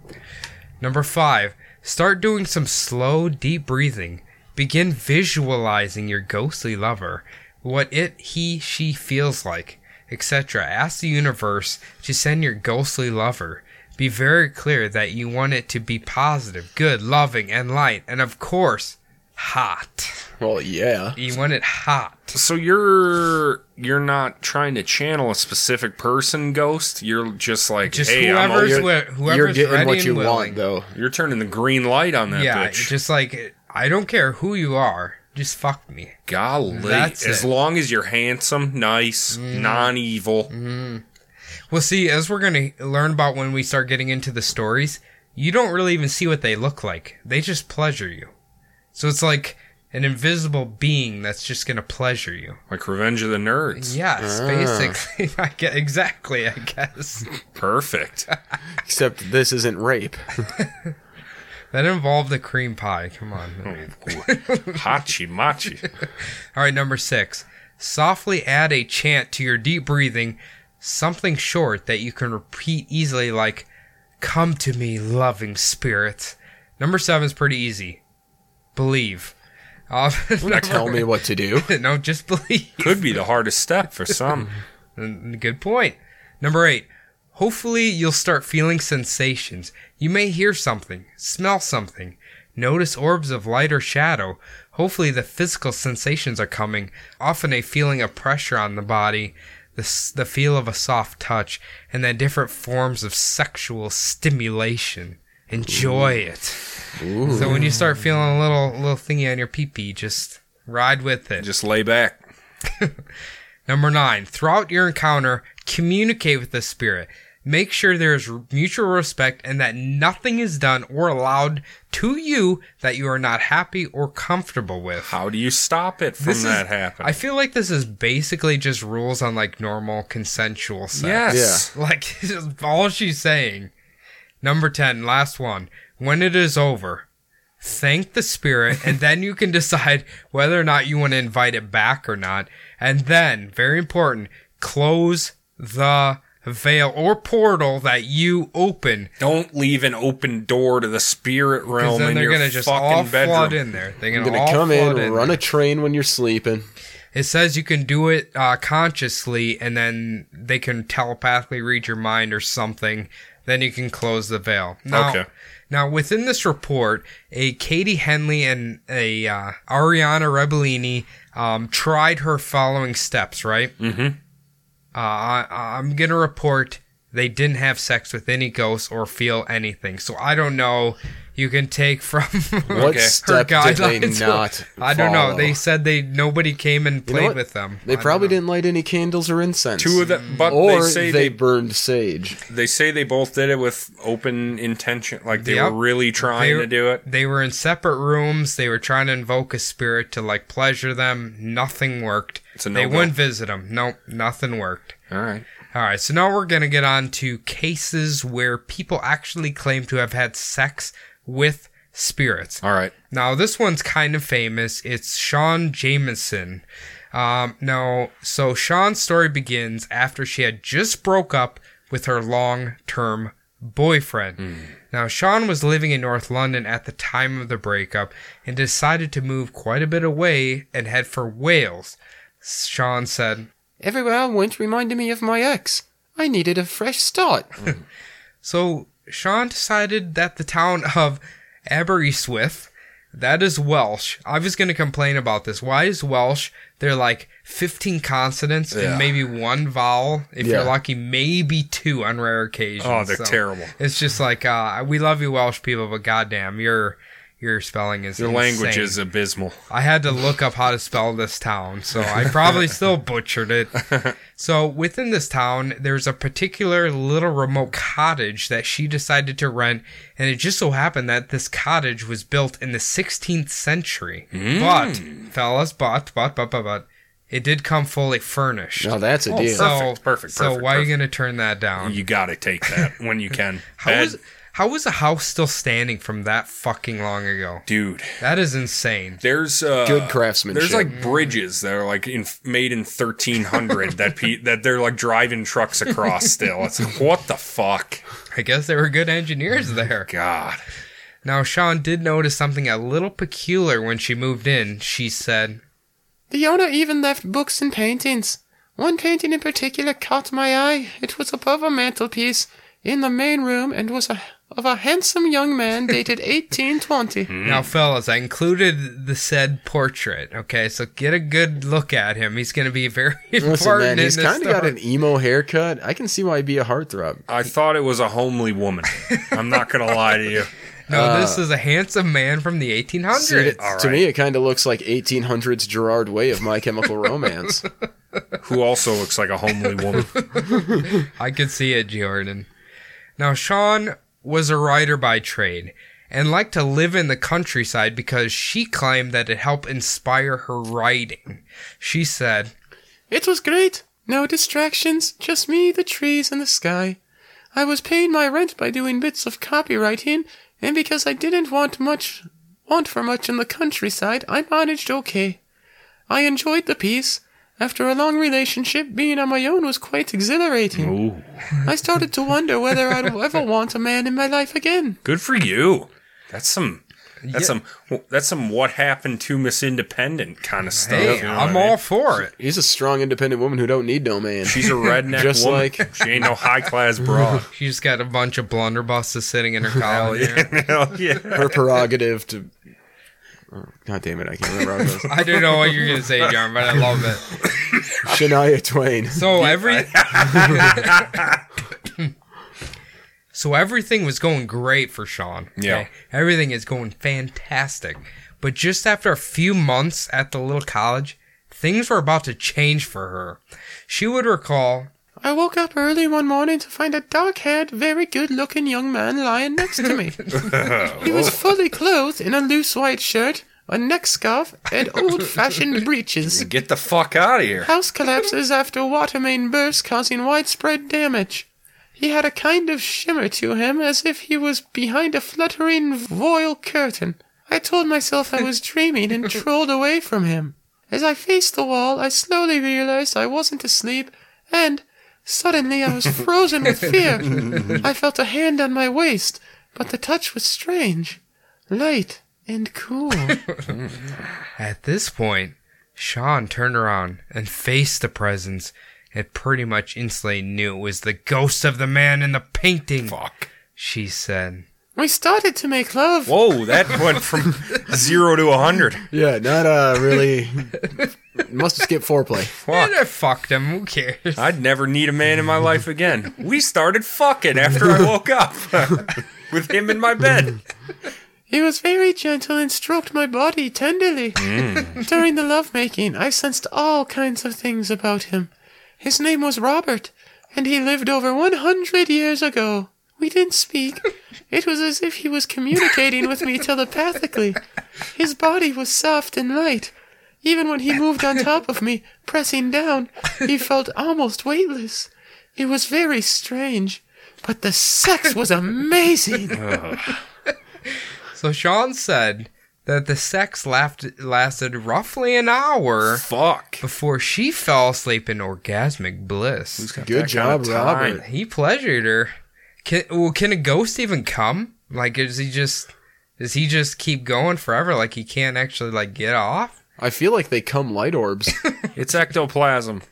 Speaker 3: Number five. Start doing some slow, deep breathing. Begin visualizing your ghostly lover, what it, he, she feels like, etc. Ask the universe to send your ghostly lover. Be very clear that you want it to be positive, good, loving, and light, and of course, hot.
Speaker 4: Well, yeah.
Speaker 3: You want it hot.
Speaker 5: So you're you're not trying to channel a specific person, ghost. You're just like,
Speaker 3: Just
Speaker 5: hey, I'm
Speaker 3: whoever's
Speaker 5: open.
Speaker 3: where- whoever's
Speaker 4: You're getting
Speaker 3: ready
Speaker 4: what
Speaker 3: and
Speaker 4: you
Speaker 3: willing.
Speaker 4: want, though.
Speaker 5: You're turning the green light on that
Speaker 3: Yeah,
Speaker 5: bitch.
Speaker 3: just like I don't care who you are, just fuck me.
Speaker 5: Golly,
Speaker 3: That's
Speaker 5: as
Speaker 3: it. Mm.
Speaker 5: long as you're handsome, nice, non-evil,
Speaker 3: Well, see, as we're going to learn about when we start getting into the stories, you don't really even see what they look like. They just pleasure you. So it's like an invisible being that's just going to pleasure you.
Speaker 5: Like Revenge of the Nerds.
Speaker 3: Yes,
Speaker 4: Ah.
Speaker 3: basically. I get, exactly, I guess.
Speaker 5: Perfect.
Speaker 4: Except this isn't rape.
Speaker 3: that involved a cream pie. Come on.
Speaker 5: Hachi machi.
Speaker 3: All right, number six. Softly add a chant to your deep breathing, something short that you can repeat easily, like, Come to me, loving spirit. Number seven is pretty easy. Believe. Um,
Speaker 4: Tell me what to do.
Speaker 3: no, just believe.
Speaker 5: Could be the hardest step for some.
Speaker 3: Mm, Good point. Number eight. Hopefully, you'll start feeling sensations. You may hear something, smell something, notice orbs of light or shadow. Hopefully, the physical sensations are coming. Often, a feeling of pressure on the body, the, s- the feel of a soft touch, and then different forms of sexual stimulation. Enjoy it. So when you start feeling a little little thingy on your pee pee, just ride with it.
Speaker 5: Just lay back.
Speaker 3: Number nine, throughout your encounter, communicate with the spirit. Make sure there is mutual respect and that nothing is done or allowed to you that you are not happy or comfortable with.
Speaker 5: How do you stop it from
Speaker 3: This is-
Speaker 5: that happening?
Speaker 3: I feel like this is basically just rules on like normal consensual sex.
Speaker 5: yes.
Speaker 3: Like this is all she's saying. Number 10, last one. When it is over, thank the spirit and then you can decide whether or not you want to invite it back or not. And then, very important, close the veil or portal that you open.
Speaker 5: Don't leave an open door to the spirit
Speaker 3: 'Cause
Speaker 5: realm
Speaker 3: then
Speaker 5: in
Speaker 3: they're
Speaker 5: your
Speaker 3: gonna just all
Speaker 5: fucking
Speaker 3: flood
Speaker 5: bedroom.
Speaker 3: in there. They're
Speaker 4: I'm
Speaker 3: gonna,
Speaker 4: gonna
Speaker 3: all
Speaker 4: come
Speaker 3: flood
Speaker 4: in,
Speaker 3: in.
Speaker 4: run a train when you're sleeping.
Speaker 3: It says you can do it uh, consciously, and then they can telepathically read your mind or something. Then you can close the veil. Now,
Speaker 5: Okay.
Speaker 3: Now, within this report, a Katie Henley and a uh, Ariana Rebellini um, tried her following steps. Right. Mm-hmm. Uh, I, I'm gonna report they didn't have sex with any ghosts or feel anything. So I don't know. You can take from
Speaker 4: What step did they not
Speaker 3: I don't know.
Speaker 4: follow?
Speaker 3: They said they nobody came and
Speaker 4: You know
Speaker 3: played
Speaker 4: what?
Speaker 3: with them. I
Speaker 4: They
Speaker 3: don't
Speaker 4: probably
Speaker 3: know.
Speaker 4: didn't light any candles or incense.
Speaker 5: Two of them, but
Speaker 4: or
Speaker 5: they say
Speaker 4: they
Speaker 5: they,
Speaker 4: burned sage.
Speaker 5: they say they both did it with open intention, like they
Speaker 3: Yep.
Speaker 5: were really trying to do it.
Speaker 3: They were in separate rooms. They were trying to invoke a spirit to like pleasure them. Nothing worked.
Speaker 5: It's a
Speaker 3: they
Speaker 5: no-go.
Speaker 3: wouldn't visit them. Nope, nothing worked.
Speaker 5: All right,
Speaker 3: All right, so now we're gonna get on to cases where people actually claim to have had sex with spirits.
Speaker 5: all right.
Speaker 3: Now this one's kind of famous. It's Sean Jameson. Um, now, so Sean's story begins after she had just broke up with her long-term boyfriend. Now, Sean was living in North London at the time of the breakup and decided to move quite a bit away and head for Wales. Sean said,
Speaker 4: Everywhere I went reminded me of my ex. I needed a fresh start.
Speaker 3: So Sean decided that the town of Aberystwyth, that is Welsh. I was going to complain about this. Why is Welsh? They're like 15 consonants
Speaker 5: Yeah.
Speaker 3: and maybe one vowel. If
Speaker 4: Yeah.
Speaker 3: you're lucky, maybe two on rare occasions.
Speaker 5: Oh, they're
Speaker 3: So
Speaker 5: terrible.
Speaker 3: It's just like uh, we love you Welsh people, but goddamn, your your spelling is
Speaker 5: Their
Speaker 3: insane.
Speaker 5: language is abysmal.
Speaker 3: I had to look up how to spell this town, so I probably still butchered it. So within this town, there's a particular little remote cottage that she decided to rent, and it just so happened that this cottage was built in the 16th century.
Speaker 5: Hmm.
Speaker 3: But, fellas, but, but, but, but, but, it did come fully furnished.
Speaker 4: Now Oh, that's a deal.
Speaker 3: so,
Speaker 5: Oh, Perfect, perfect,
Speaker 3: so
Speaker 5: perfect,
Speaker 3: why are you
Speaker 5: perfect.
Speaker 3: going to turn that down?
Speaker 5: You got to take that when you can.
Speaker 3: How
Speaker 5: Bad-
Speaker 3: is how is a house still standing from that fucking long ago?
Speaker 5: dude?
Speaker 3: That is insane.
Speaker 5: There's uh,
Speaker 4: Good craftsmanship.
Speaker 5: There's
Speaker 3: Mm.
Speaker 5: like bridges that are like in, made in 1300 that pe- that they're like driving trucks across still. It's like, what the fuck,
Speaker 3: I guess they were good engineers there.
Speaker 5: God.
Speaker 3: Now, Sean did notice something a little peculiar when she moved in. She said,
Speaker 4: The owner even left books and paintings. One painting in particular caught my eye. It was above a mantelpiece in the main room and was a, of a handsome young man dated 1820.
Speaker 3: Now, fellas, I included the said portrait. Okay, so get a good look at him. He's going to be very
Speaker 4: Listen,
Speaker 3: important
Speaker 4: man,
Speaker 3: in
Speaker 4: he's
Speaker 3: this
Speaker 4: kind of got
Speaker 3: story.
Speaker 4: an emo haircut. I can see why he'd be a heartthrob.
Speaker 5: I thought it was a homely woman. I'm not gonna lie to you.
Speaker 3: No, this is a handsome man from the 1800s.
Speaker 4: uh, See, uh, it-
Speaker 3: All
Speaker 4: To
Speaker 3: right.
Speaker 4: me, it kind of looks like 1800s Gerard Way of My Chemical Romance.
Speaker 5: who also looks like a homely woman.
Speaker 3: I could see it, Jordan. Now, Sean was a writer by trade and liked to live in the countryside because she claimed that it helped inspire her writing. She said,
Speaker 4: It was great. No distractions, just me, the trees, and the sky. I was paying my rent by doing bits of copywriting, and because I didn't want much, want for much in the countryside, I managed okay. I enjoyed the peace. After a long relationship, being on my own was quite exhilarating.
Speaker 5: Ooh,
Speaker 4: I started to wonder whether I'd ever want a man in my life again.
Speaker 5: good for you. That's some. That's some. That's some. What happened to Miss Independent kind of stuff.
Speaker 3: "Hey,
Speaker 5: you know
Speaker 3: I'm
Speaker 5: what I mean?
Speaker 3: all for it."
Speaker 4: He's a strong, independent woman who don't need no man.
Speaker 5: She's a redneck
Speaker 4: Just
Speaker 5: woman.
Speaker 4: like-
Speaker 5: she ain't no high class broad.
Speaker 3: She just got a bunch of blunderbusses sitting in her collar.
Speaker 5: Hell yeah.
Speaker 4: Her prerogative to. Oh, God damn it! I can't remember how it goes.
Speaker 3: I don't know what you're gonna say, John, but I love it.
Speaker 4: Shania Twain.
Speaker 3: So every So everything was going great for Sean.
Speaker 5: Yeah.
Speaker 3: Everything is going fantastic. But just after a few months at the little college, things were about to change for her. She would recall
Speaker 4: I woke up early one morning to find a dark haired, very good looking young man lying next to me. he was fully clothed in a loose white shirt, a neck scarf, and old fashioned breeches.
Speaker 5: Get the fuck out of here.
Speaker 4: House collapses after water main bursts causing widespread damage. He had a kind of shimmer to him as if he was behind a fluttering voile curtain. I told myself I was dreaming and trolled away from him. As I faced the wall, I slowly realized I wasn't asleep, and suddenly I was frozen with fear. I felt a hand on my waist, but the touch was strange, light, and cool.
Speaker 3: At this point, Sean turned around and faced the presence and pretty much instantly knew it was the ghost of the man in the painting. Fuck. She said.
Speaker 4: We started to make love.
Speaker 5: Whoa, that went from zero to a hundred.
Speaker 4: Yeah, not uh really. Must skip foreplay.
Speaker 5: Fuck.
Speaker 3: And I fucked him. Who cares?
Speaker 5: I'd never need a man in my life again. We started fucking after I woke up with him in my bed.
Speaker 4: He was very gentle and stroked my body tenderly. During the lovemaking, I sensed all kinds of things about him. His name was Robert, and he lived over 100 years ago. We didn't speak. It was as if he was communicating with me telepathically. His body was soft and light. Even when he moved on top of me, pressing down, he felt almost weightless. It was very strange, but the sex was amazing.
Speaker 3: So Sean said that the sex laughed, lasted roughly an hour
Speaker 5: Fuck.
Speaker 3: before she fell asleep in orgasmic bliss.
Speaker 5: Got
Speaker 4: Good
Speaker 5: that
Speaker 4: job,
Speaker 5: kinda time.
Speaker 4: Robert.
Speaker 3: He pleasured her. Can, well, can a ghost even come? Like, is he just, does he just keep going forever? Like, he can't actually, like, get off?
Speaker 4: I feel like they come light orbs.
Speaker 5: It's ectoplasm.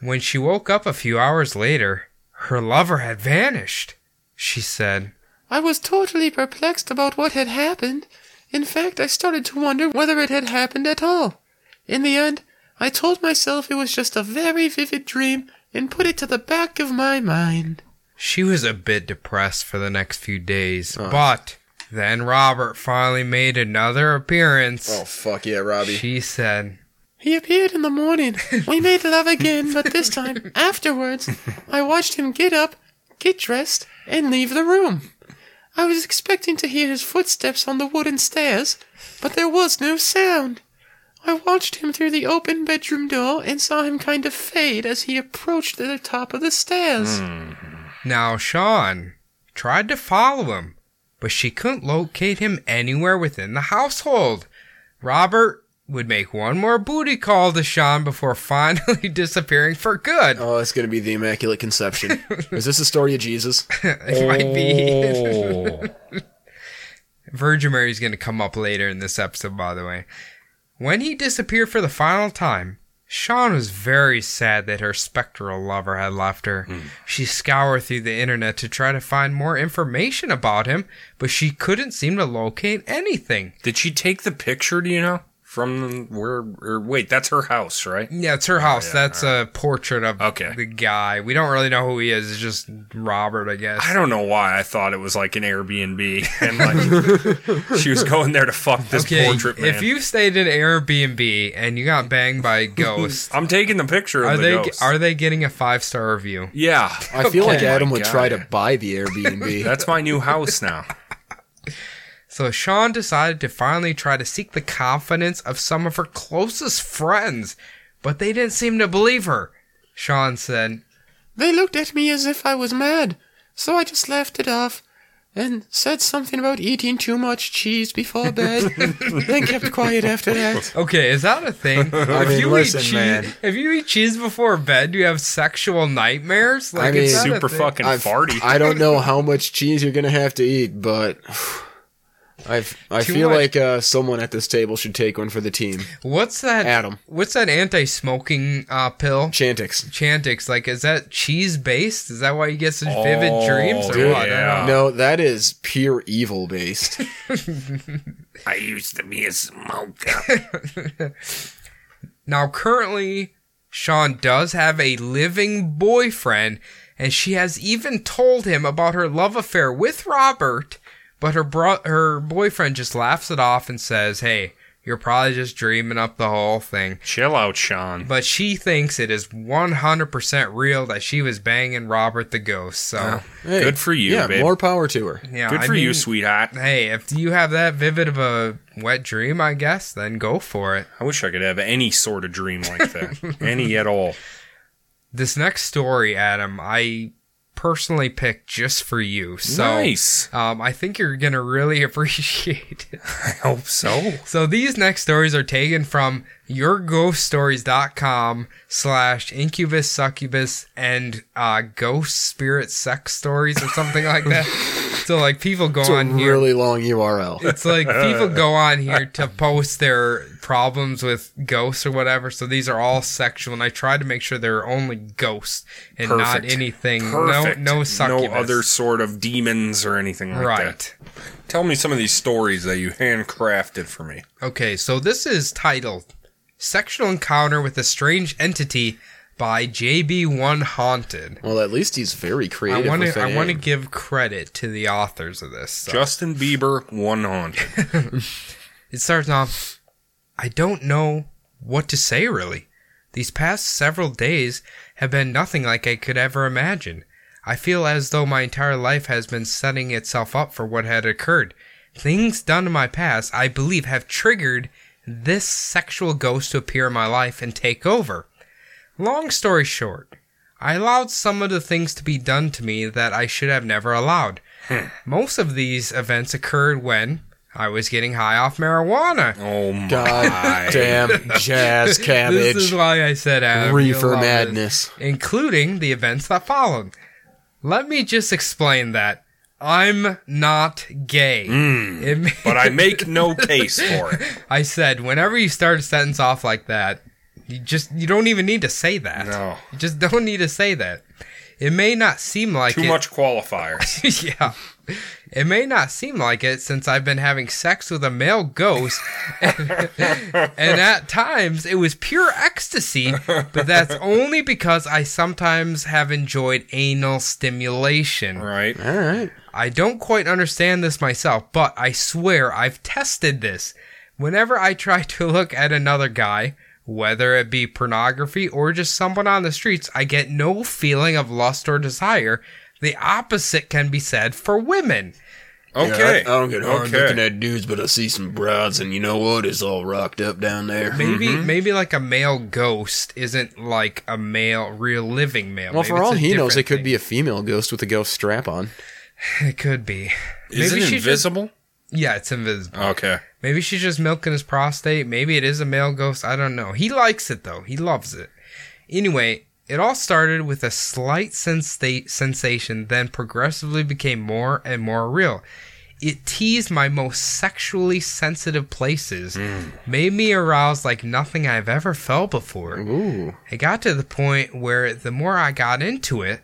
Speaker 3: When she woke up a few hours later, her lover had vanished. She said,
Speaker 4: I was totally perplexed about what had happened. In fact, I started to wonder whether it had happened at all. In the end, I told myself it was just a very vivid dream and put it to the back of my mind.
Speaker 3: She was a bit depressed for the next few days, but then Robert finally made another appearance.
Speaker 4: Oh, fuck yeah, Robbie.
Speaker 3: she said,
Speaker 4: He appeared in the morning. We made love again, but this time, afterwards, I watched him get up, get dressed, and leave the room. I was expecting to hear his footsteps on the wooden stairs, but there was no sound. I watched him through the open bedroom door and saw him kind of fade as he approached the top of the stairs.
Speaker 3: Now Sean tried to follow him, but she couldn't locate him anywhere within the household. Robert would make one more booty call to Sean before finally disappearing for good.
Speaker 4: Oh, it's going to be the Immaculate Conception. Is this the story of Jesus?
Speaker 3: It might be.
Speaker 5: Oh.
Speaker 3: Virgin Mary's going to come up later in this episode, by the way. When he disappeared for the final time, Sean was very sad that her spectral lover had left her.
Speaker 5: Hmm.
Speaker 3: She scoured through the internet to try to find more information about him, but she couldn't seem to locate anything.
Speaker 5: Did she take the picture, do you know? from where? Or wait, that's her house, right?
Speaker 3: Yeah, it's her house. That's a portrait of
Speaker 5: Okay.
Speaker 3: the guy. We don't really know who he is. It's just Robert, I guess.
Speaker 5: I don't know why I thought it was like an Airbnb, and like she was going there to fuck this
Speaker 3: okay,
Speaker 5: portrait man.
Speaker 3: if you stayed in Airbnb and you got banged by a ghost,
Speaker 5: I'm taking the picture of
Speaker 3: are
Speaker 5: the
Speaker 3: they
Speaker 5: ghost.
Speaker 3: are they getting a five star review?
Speaker 5: yeah,
Speaker 4: I feel like
Speaker 5: Okay.
Speaker 4: Adam would
Speaker 5: God.
Speaker 4: try to buy the Airbnb.
Speaker 5: that's my new house now.
Speaker 3: So Sean decided to finally try to seek the confidence of some of her closest friends, but they didn't seem to believe her. Sean said,
Speaker 4: They looked at me as if I was mad, so I just laughed it off and said something about eating too much cheese before bed, then kept quiet after that.
Speaker 3: Okay, is that a thing?
Speaker 4: I
Speaker 3: if
Speaker 4: mean,
Speaker 3: you
Speaker 4: listen,
Speaker 3: eat cheese,
Speaker 4: man.
Speaker 3: if you eat cheese before bed, do you have sexual nightmares? Like
Speaker 4: I mean-
Speaker 3: is that a
Speaker 5: Super
Speaker 3: thing?
Speaker 5: fucking
Speaker 4: I've-
Speaker 5: farty.
Speaker 4: I don't know how much cheese you're gonna have to eat, but I've, I
Speaker 3: Too
Speaker 4: feel
Speaker 3: much.
Speaker 4: like uh, someone at this table should take one for the team.
Speaker 3: What's that?
Speaker 4: Adam.
Speaker 3: What's that anti-smoking uh, pill?
Speaker 4: Chantix.
Speaker 3: Chantix, like, is that cheese based? Is that why you get such vivid
Speaker 5: Oh,
Speaker 3: dreams or
Speaker 5: dude,
Speaker 3: what? I don't
Speaker 5: yeah.
Speaker 3: know.
Speaker 4: No, that is pure evil based.
Speaker 5: I used to be a smoker.
Speaker 3: Now, currently, Sean does have a living boyfriend, and she has even told him about her love affair with Robert, but her bro- her boyfriend just laughs it off and says, "Hey, you're probably just dreaming up the whole thing."
Speaker 5: Chill out, Sean.
Speaker 3: But she thinks it is 100% real that she was banging Robert the ghost. So,
Speaker 4: Hey,
Speaker 5: Good for you,
Speaker 4: Yeah,
Speaker 5: babe.
Speaker 4: more power to her.
Speaker 3: yeah,
Speaker 5: Good
Speaker 3: I
Speaker 5: for you,
Speaker 3: mean,
Speaker 5: sweetheart.
Speaker 3: Hey, if you have that vivid of a wet dream, I guess, then go for it.
Speaker 5: I wish I could have any sort of dream like that, any at all.
Speaker 3: This next story, Adam, I personally picked just for you. So
Speaker 5: nice.
Speaker 3: um, I think you're going to really appreciate it.
Speaker 5: I hope so.
Speaker 3: So these next stories are taken from yourghoststories.com slash incubus, succubus, and uh, ghost spirit sex stories or something like that. So like people go
Speaker 4: It's a
Speaker 3: on here.
Speaker 4: really long URL.
Speaker 3: It's like people go on here to post their problems with ghosts or whatever. So these are all sexual, and I try to make sure they're only ghosts and not
Speaker 5: Perfect.
Speaker 3: anything.
Speaker 5: Perfect.
Speaker 3: No, no succubus.
Speaker 5: No other sort of demons or anything like that.
Speaker 3: Right.
Speaker 5: Tell me some of these stories that you handcrafted for me.
Speaker 3: Okay. So this is titled "Sexual Encounter with a Strange Entity" by JB One Haunted.
Speaker 4: Well, at least he's very
Speaker 3: I
Speaker 4: creative.
Speaker 3: want
Speaker 4: with
Speaker 3: to.
Speaker 4: that
Speaker 3: I want to
Speaker 4: name.
Speaker 3: give credit to the authors of this. So.
Speaker 5: Justin Bieber, one haunted.
Speaker 3: It starts off, I don't know what to say really. These past several days have been nothing like I could ever imagine. I feel as though my entire life has been setting itself up for what had occurred. Things done in my past, I believe, have triggered this sexual ghost to appear in my life and take over. Long story short, I allowed some of the things to be done to me that I should have never allowed. Most of these events occurred when I was getting high off marijuana.
Speaker 5: Oh my.
Speaker 4: God damn jazz cabbage.
Speaker 3: This is why I said Adam, you'll
Speaker 4: Reefer
Speaker 3: love
Speaker 4: madness.
Speaker 3: this, including the events that followed. Let me just explain that I'm not gay. It ma-
Speaker 5: Hmm. But I make no case for it.
Speaker 3: I said whenever you start a sentence off like that, you just you don't even need to say that.
Speaker 5: No.
Speaker 3: You just don't need to say that. It may not seem like
Speaker 5: Too
Speaker 3: it,
Speaker 5: much qualifiers.
Speaker 3: yeah. It may not seem like it since I've been having sex with a male ghost, and, and at times it was pure ecstasy, but that's only because I sometimes have enjoyed anal stimulation.
Speaker 5: Right?
Speaker 4: All right.
Speaker 3: I don't quite understand this myself, but I swear I've tested this. Whenever I try to look at another guy, whether it be pornography or just someone on the streets, I get no feeling of lust or desire. The opposite can be said for women.
Speaker 5: Okay.
Speaker 4: I, I don't get hard
Speaker 5: Okay.
Speaker 4: looking at dudes, but I see some broads, and you know what? It's all rocked up down there.
Speaker 3: Maybe maybe like a male ghost isn't like a male real living male.
Speaker 4: Well,
Speaker 3: Maybe
Speaker 4: for
Speaker 3: it's
Speaker 4: all
Speaker 3: a
Speaker 4: he knows, it
Speaker 3: different
Speaker 4: could be a female ghost with a ghost strap on.
Speaker 3: thing. it could be.
Speaker 5: Is
Speaker 3: Maybe
Speaker 5: it
Speaker 3: she
Speaker 5: invisible?
Speaker 3: Just, yeah, it's invisible.
Speaker 5: Okay.
Speaker 3: Maybe she's just milking his prostate. Maybe it is a male ghost. I don't know. He likes it though. He loves it. Anyway, it all started with a slight sensa- sensation, then progressively became more and more real. It teased my most sexually sensitive places, made me aroused like nothing I've ever felt before.
Speaker 4: Ooh.
Speaker 3: It got to the point where the more I got into it,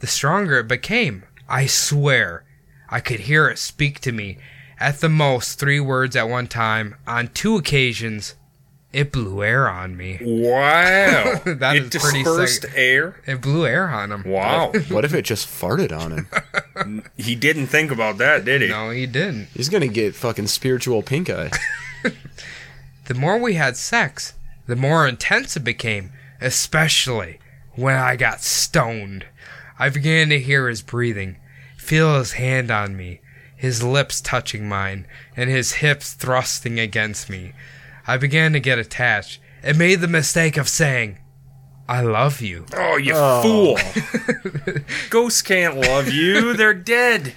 Speaker 3: the stronger it became. I swear, I could hear it speak to me. At the most, three words at one time, on two occasions, It blew air on me.
Speaker 5: Wow.
Speaker 3: That
Speaker 5: it
Speaker 3: is pretty
Speaker 5: dispersed
Speaker 3: sick.
Speaker 5: air.
Speaker 3: It blew air on him.
Speaker 5: Wow.
Speaker 4: What if it just farted on him?
Speaker 5: he didn't think about that, did he?
Speaker 3: No, he didn't.
Speaker 4: He's gonna get fucking spiritual pink eye.
Speaker 3: The more we had sex, the more intense it became, especially when I got stoned. I began to hear his breathing, feel his hand on me, his lips touching mine, and his hips thrusting against me. I began to get attached and made the mistake of saying, I love you.
Speaker 5: Oh, you fool. Ghosts can't love you. They're dead.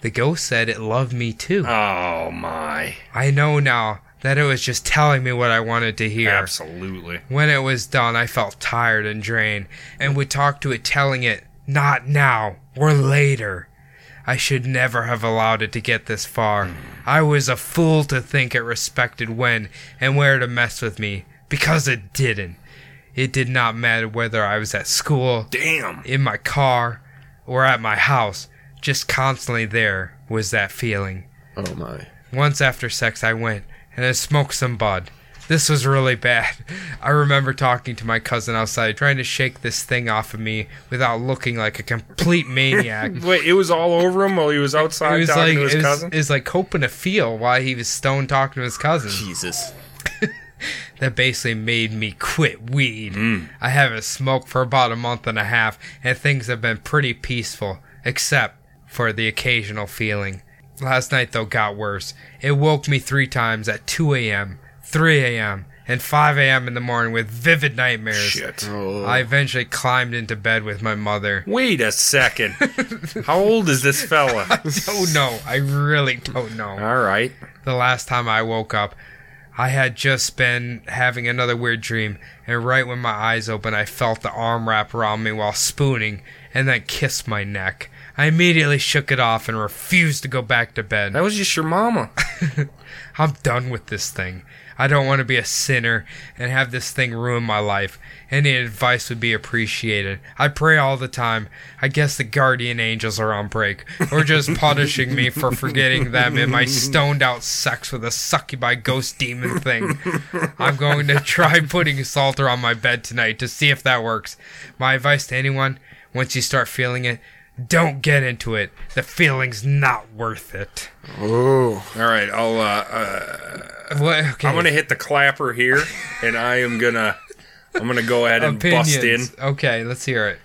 Speaker 3: The ghost said it loved me too.
Speaker 5: Oh, my.
Speaker 3: I know now that it was just telling me what I wanted to hear.
Speaker 5: Absolutely.
Speaker 3: When it was done, I felt tired and drained, and would talk to it, telling it, Not now, or later. I should never have allowed it to get this far. I was a fool to think it respected when and where to mess with me, because it didn't. It did not matter whether I was at school,
Speaker 5: Damn.
Speaker 3: in my car, or at my house, just constantly there was that feeling.
Speaker 4: Oh my.
Speaker 3: Once after sex, I went and I smoked some bud. This was really bad. I remember talking to my cousin outside, trying to shake this thing off of me without looking like a complete maniac.
Speaker 5: Wait, it was all over him while he was outside
Speaker 3: It was like
Speaker 5: talking to his
Speaker 3: it was,
Speaker 5: cousin?
Speaker 3: it was like hoping to feel why he was stoned talking to his cousin.
Speaker 4: Jesus.
Speaker 3: That basically made me quit weed. I haven't smoked for about a month and a half, and things have been pretty peaceful, except for the occasional feeling. Last night, though, got worse. It woke me three times at 2 a.m., 3 a.m., and 5 a.m. in the morning with vivid nightmares.
Speaker 4: Oh,
Speaker 5: Shit.
Speaker 3: I eventually climbed into bed with my mother.
Speaker 5: Wait a second. How old is this fella?
Speaker 3: Oh no, I really don't know.
Speaker 5: All right.
Speaker 3: the last time I woke up, I had just been having another weird dream, and right when my eyes opened, I felt the arm wrap around me while spooning and then kissed my neck. I immediately shook it off and refused to go back to bed.
Speaker 5: That was just your mama.
Speaker 3: I'm done with this thing. I don't want to be a sinner and have this thing ruin my life. Any advice would be appreciated. I pray all the time. I guess the guardian angels are on break, or just punishing me for forgetting them in my stoned out sex with a succubi ghost demon thing. I'm going to try putting Psalter on my bed tonight to see if that works. My advice to anyone once you start feeling it, don't get into it. The feeling's not worth it.
Speaker 4: Oh.
Speaker 5: All right, I'll uh, uh
Speaker 3: What, okay.
Speaker 5: I'm gonna hit the clapper here, and I am gonna I'm gonna go ahead and bust in.
Speaker 3: Okay, let's hear it.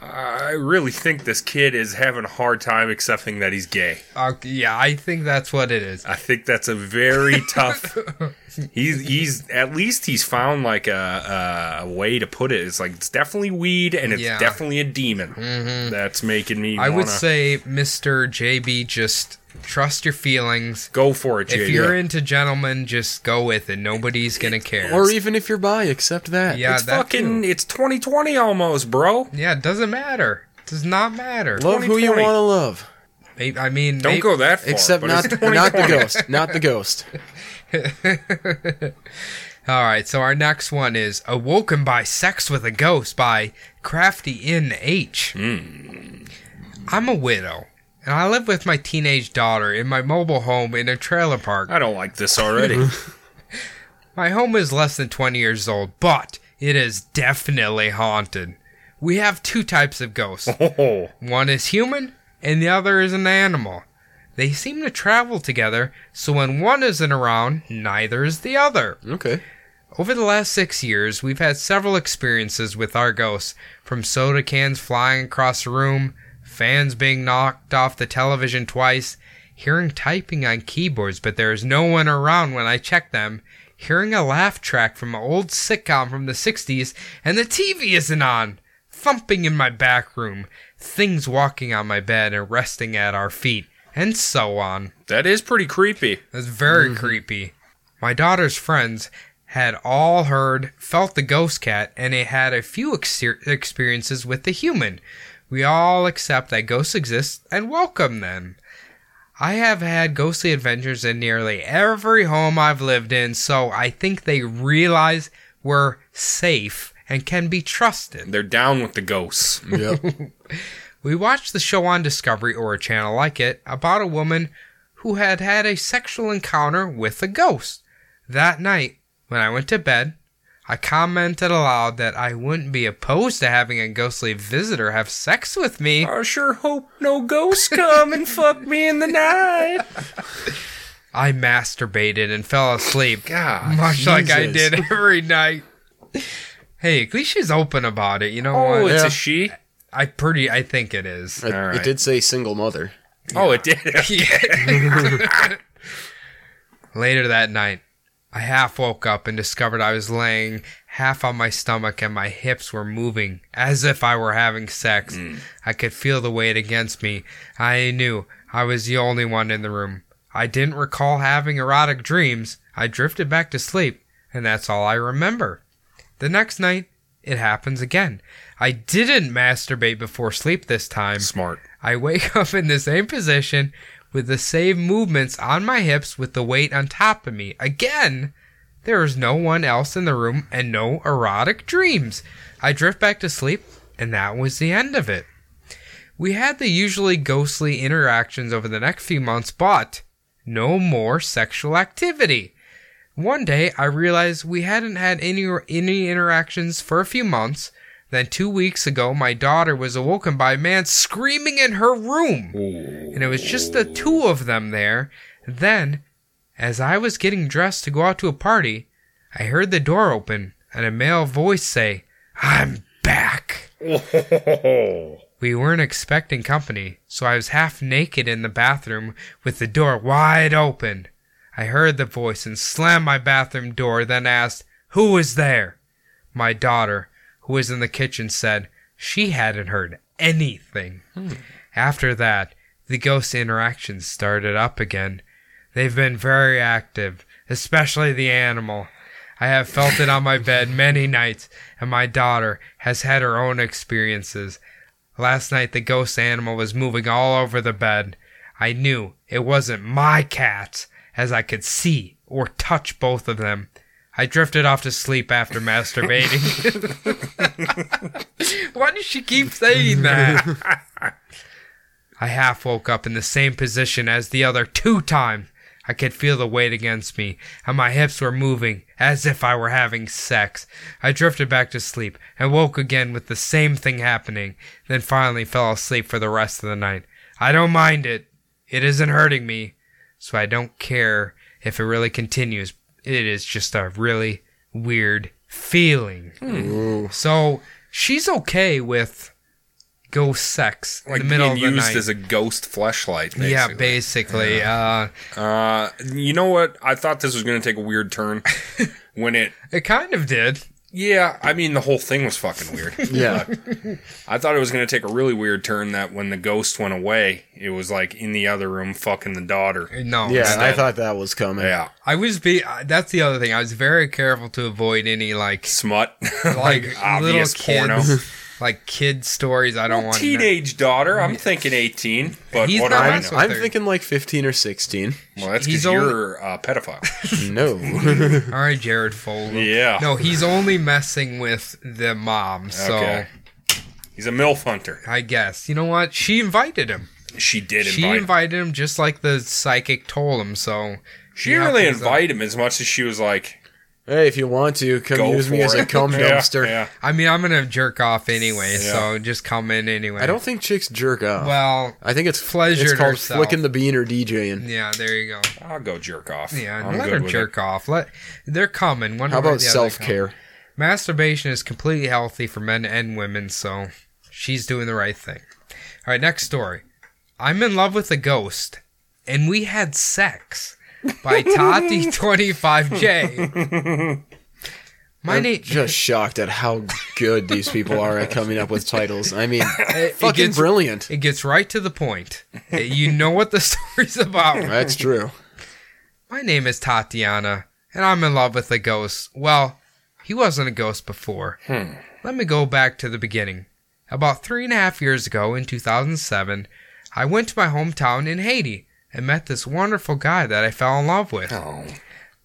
Speaker 5: I really think this kid is having a hard time accepting that he's gay.
Speaker 3: Uh, yeah, I think that's what it is.
Speaker 5: I think that's a very tough. He's he's at least he's found like a, a way to put it. It's like it's definitely weed and it's
Speaker 3: Yeah. Mm-hmm.
Speaker 5: definitely a demon. That's making me.
Speaker 3: I would
Speaker 5: wanna-
Speaker 3: say, Mr. JB, just trust your feelings.
Speaker 5: go for it,
Speaker 3: If
Speaker 5: JD.
Speaker 3: you're into gentlemen, just go with it. Nobody's gonna care.
Speaker 4: Or even if you're bi, accept that.
Speaker 3: yeah,
Speaker 5: it's
Speaker 3: that
Speaker 5: fucking
Speaker 3: too.
Speaker 5: it's 2020 almost, bro.
Speaker 3: Yeah, it doesn't matter. Does not matter.
Speaker 4: Love who you
Speaker 5: 2020.
Speaker 4: want to love,
Speaker 3: May- I mean,
Speaker 5: Don't
Speaker 3: may-
Speaker 5: go that far.
Speaker 4: except
Speaker 5: but
Speaker 4: not
Speaker 5: it's
Speaker 4: not the
Speaker 5: 2020.
Speaker 4: ghost, not the ghost.
Speaker 3: All right, so our next one is "Awoken by Sex with a Ghost" by Crafty N H.
Speaker 5: Hmm.
Speaker 3: am a widow, and I live with my teenage daughter in my mobile home in a trailer park.
Speaker 5: I don't like this already.
Speaker 3: My home is less than 20 years old, but it is definitely haunted. We have two types of ghosts
Speaker 5: oh,
Speaker 3: one is human, and the other is an animal. They seem to travel together, so when one isn't around, neither is the other.
Speaker 4: Okay.
Speaker 3: Over the last six years, we've had several experiences with our ghosts, from soda cans flying across the room, fans being knocked off the television twice, hearing typing on keyboards, but there is no one around when I check them, hearing a laugh track from an old sitcom from the 60s, and the TV isn't on, thumping in my back room, things walking on my bed and resting at our feet, and so on.
Speaker 5: that is pretty creepy.
Speaker 3: That's very creepy. My daughter's friends had all heard, felt the ghost cat, and it had a few exer experiences with the human. We all accept that ghosts exist and welcome them. I have had ghostly adventures in nearly every home I've lived in, so I think they realize we're safe and can be trusted.
Speaker 5: They're down with the ghosts.
Speaker 4: Yep.
Speaker 3: We watched the show on Discovery or a channel like it about a woman who had had a sexual encounter with a ghost. That night, When I went to bed, I commented aloud that I wouldn't be opposed to having a ghostly visitor have sex with me.
Speaker 5: I sure hope no ghosts come and fuck me in the night.
Speaker 3: I masturbated and fell asleep,
Speaker 5: God.
Speaker 3: much like I
Speaker 4: Jesus.
Speaker 3: did every night. Hey, at least she's open about it. You know
Speaker 5: Oh,
Speaker 3: what?
Speaker 5: it's
Speaker 4: Yeah.
Speaker 5: a she.
Speaker 3: I pretty. I think it is.
Speaker 4: It,
Speaker 5: All right.
Speaker 4: it did say single mother.
Speaker 5: Oh, it did.
Speaker 3: Yeah. Later that night, I half woke up and discovered I was laying half on my stomach and my hips were moving as if I were having sex. I could feel the weight against me. I knew I was the only one in the room. I didn't recall having erotic dreams. I drifted back to sleep, and that's all I remember. The next night, it happens again. I didn't masturbate before sleep this time.
Speaker 5: Smart.
Speaker 3: I wake up in the same position with the same movements on my hips with the weight on top of me. Again, there is no one else in the room and no erotic dreams. I drift back to sleep, and that was the end of it. We had the usually ghostly interactions over the next few months, but no more sexual activity. One day, I realized we hadn't had any any interactions for a few months. Then two weeks ago, my daughter was awoken by a man screaming in her room, and it was just the two of them there. Then, as I was getting dressed to go out to a party, I heard the door open and a male voice say, "I'm back." We weren't expecting company, so I was half naked in the bathroom with the door wide open. I heard the voice and slammed my bathroom door, then asked, Who was there? My daughter, who was in the kitchen, said she hadn't heard anything. After that, the ghost interactions started up again. They've been very active, especially the animal. I have felt it on my bed many nights, and my daughter has had her own experiences. Last night, the ghost animal was moving all over the bed. I knew it wasn't my cats, as I could see or touch both of them. I drifted off to sleep after masturbating. Why does she keep saying that? I half woke up in the same position as the other two times. I could feel the weight against me, and my hips were moving as if I were having sex. I drifted back to sleep and woke again with the same thing happening, then finally fell asleep for the rest of the night. I don't mind it. It isn't hurting me, so I don't care if it really continues. It is just a really weird feeling.
Speaker 5: Hmm.
Speaker 3: So she's okay with ghost sex
Speaker 5: Like
Speaker 3: in the middle
Speaker 5: being
Speaker 3: of the
Speaker 5: used
Speaker 3: night.
Speaker 5: as a ghost fleshlight. Basically.
Speaker 3: Yeah, basically. Uh,
Speaker 5: Uh, you know what? I thought this was going to take a weird turn when it.
Speaker 3: it kind of did.
Speaker 5: Yeah, I mean the whole thing was fucking weird.
Speaker 4: Yeah.
Speaker 5: I thought it was going to take a really weird turn that when the ghost went away, it was like in the other room fucking the daughter.
Speaker 3: No.
Speaker 4: yeah, I
Speaker 5: Instead.
Speaker 4: thought that was coming.
Speaker 5: Yeah,
Speaker 3: I was be. I- That's the other thing. I was very careful to avoid any like
Speaker 5: smut.
Speaker 3: like little
Speaker 5: obvious
Speaker 3: kids,
Speaker 5: porno.
Speaker 3: like kid stories. I don't want. to know.
Speaker 5: Teenage daughter. I'm thinking 18, but
Speaker 3: He's
Speaker 5: what do
Speaker 3: not-
Speaker 5: I
Speaker 4: I'm,
Speaker 5: know?
Speaker 4: I'm
Speaker 3: They're-
Speaker 4: thinking like 15 or 16.
Speaker 5: Well, that's
Speaker 3: he's
Speaker 5: because
Speaker 3: only-
Speaker 5: you're a pedophile.
Speaker 4: No.
Speaker 3: All right, Jared Fogle.
Speaker 5: Yeah.
Speaker 3: No, he's only messing with the mom. So
Speaker 5: Okay. He's a MILF hunter.
Speaker 3: I guess you know what she invited him.
Speaker 5: She did
Speaker 3: she
Speaker 5: invite him.
Speaker 3: invited him just like the psychic told him. So
Speaker 5: She
Speaker 3: Yeah,
Speaker 5: didn't really
Speaker 3: things are-
Speaker 5: invite him as much as she was like,
Speaker 4: hey, if you want to, come
Speaker 5: go
Speaker 4: use
Speaker 5: for
Speaker 4: me as
Speaker 5: it.
Speaker 4: a cum
Speaker 5: Yeah,
Speaker 4: dumpster.
Speaker 5: Yeah,
Speaker 3: I mean, I'm gonna jerk off anyway.
Speaker 5: Yeah.
Speaker 3: So just come in anyway.
Speaker 4: I don't think chicks jerk off.
Speaker 3: Well,
Speaker 4: I think it's
Speaker 3: Pleasured
Speaker 4: It's called
Speaker 3: herself.
Speaker 4: flicking the bean or DJing.
Speaker 3: yeah. There you go.
Speaker 5: I'll go jerk off.
Speaker 3: Yeah,
Speaker 5: I'm
Speaker 3: let
Speaker 5: good
Speaker 3: her
Speaker 5: with
Speaker 3: jerk off. Let they're coming. One
Speaker 4: How
Speaker 3: way or
Speaker 4: about
Speaker 3: the other
Speaker 4: self care?
Speaker 3: coming. Masturbation is completely healthy for men and women, so she's doing the right thing. All right, next story. I'm in love with a ghost, and we had sex by Tati25J. My name.
Speaker 4: Just shocked at how good these people are at coming up with titles. I mean, fucking
Speaker 3: it gets,
Speaker 4: brilliant.
Speaker 3: it gets right to the point. You know what the story's about.
Speaker 4: That's true.
Speaker 3: My name is Tatiana, and I'm in love with a ghost. Well, he wasn't a ghost before.
Speaker 5: Hmm.
Speaker 3: Let me go back to the beginning. About three and a half years ago, in 2007, I went to my hometown in Haiti and met this wonderful guy that I fell in love with.
Speaker 5: Oh.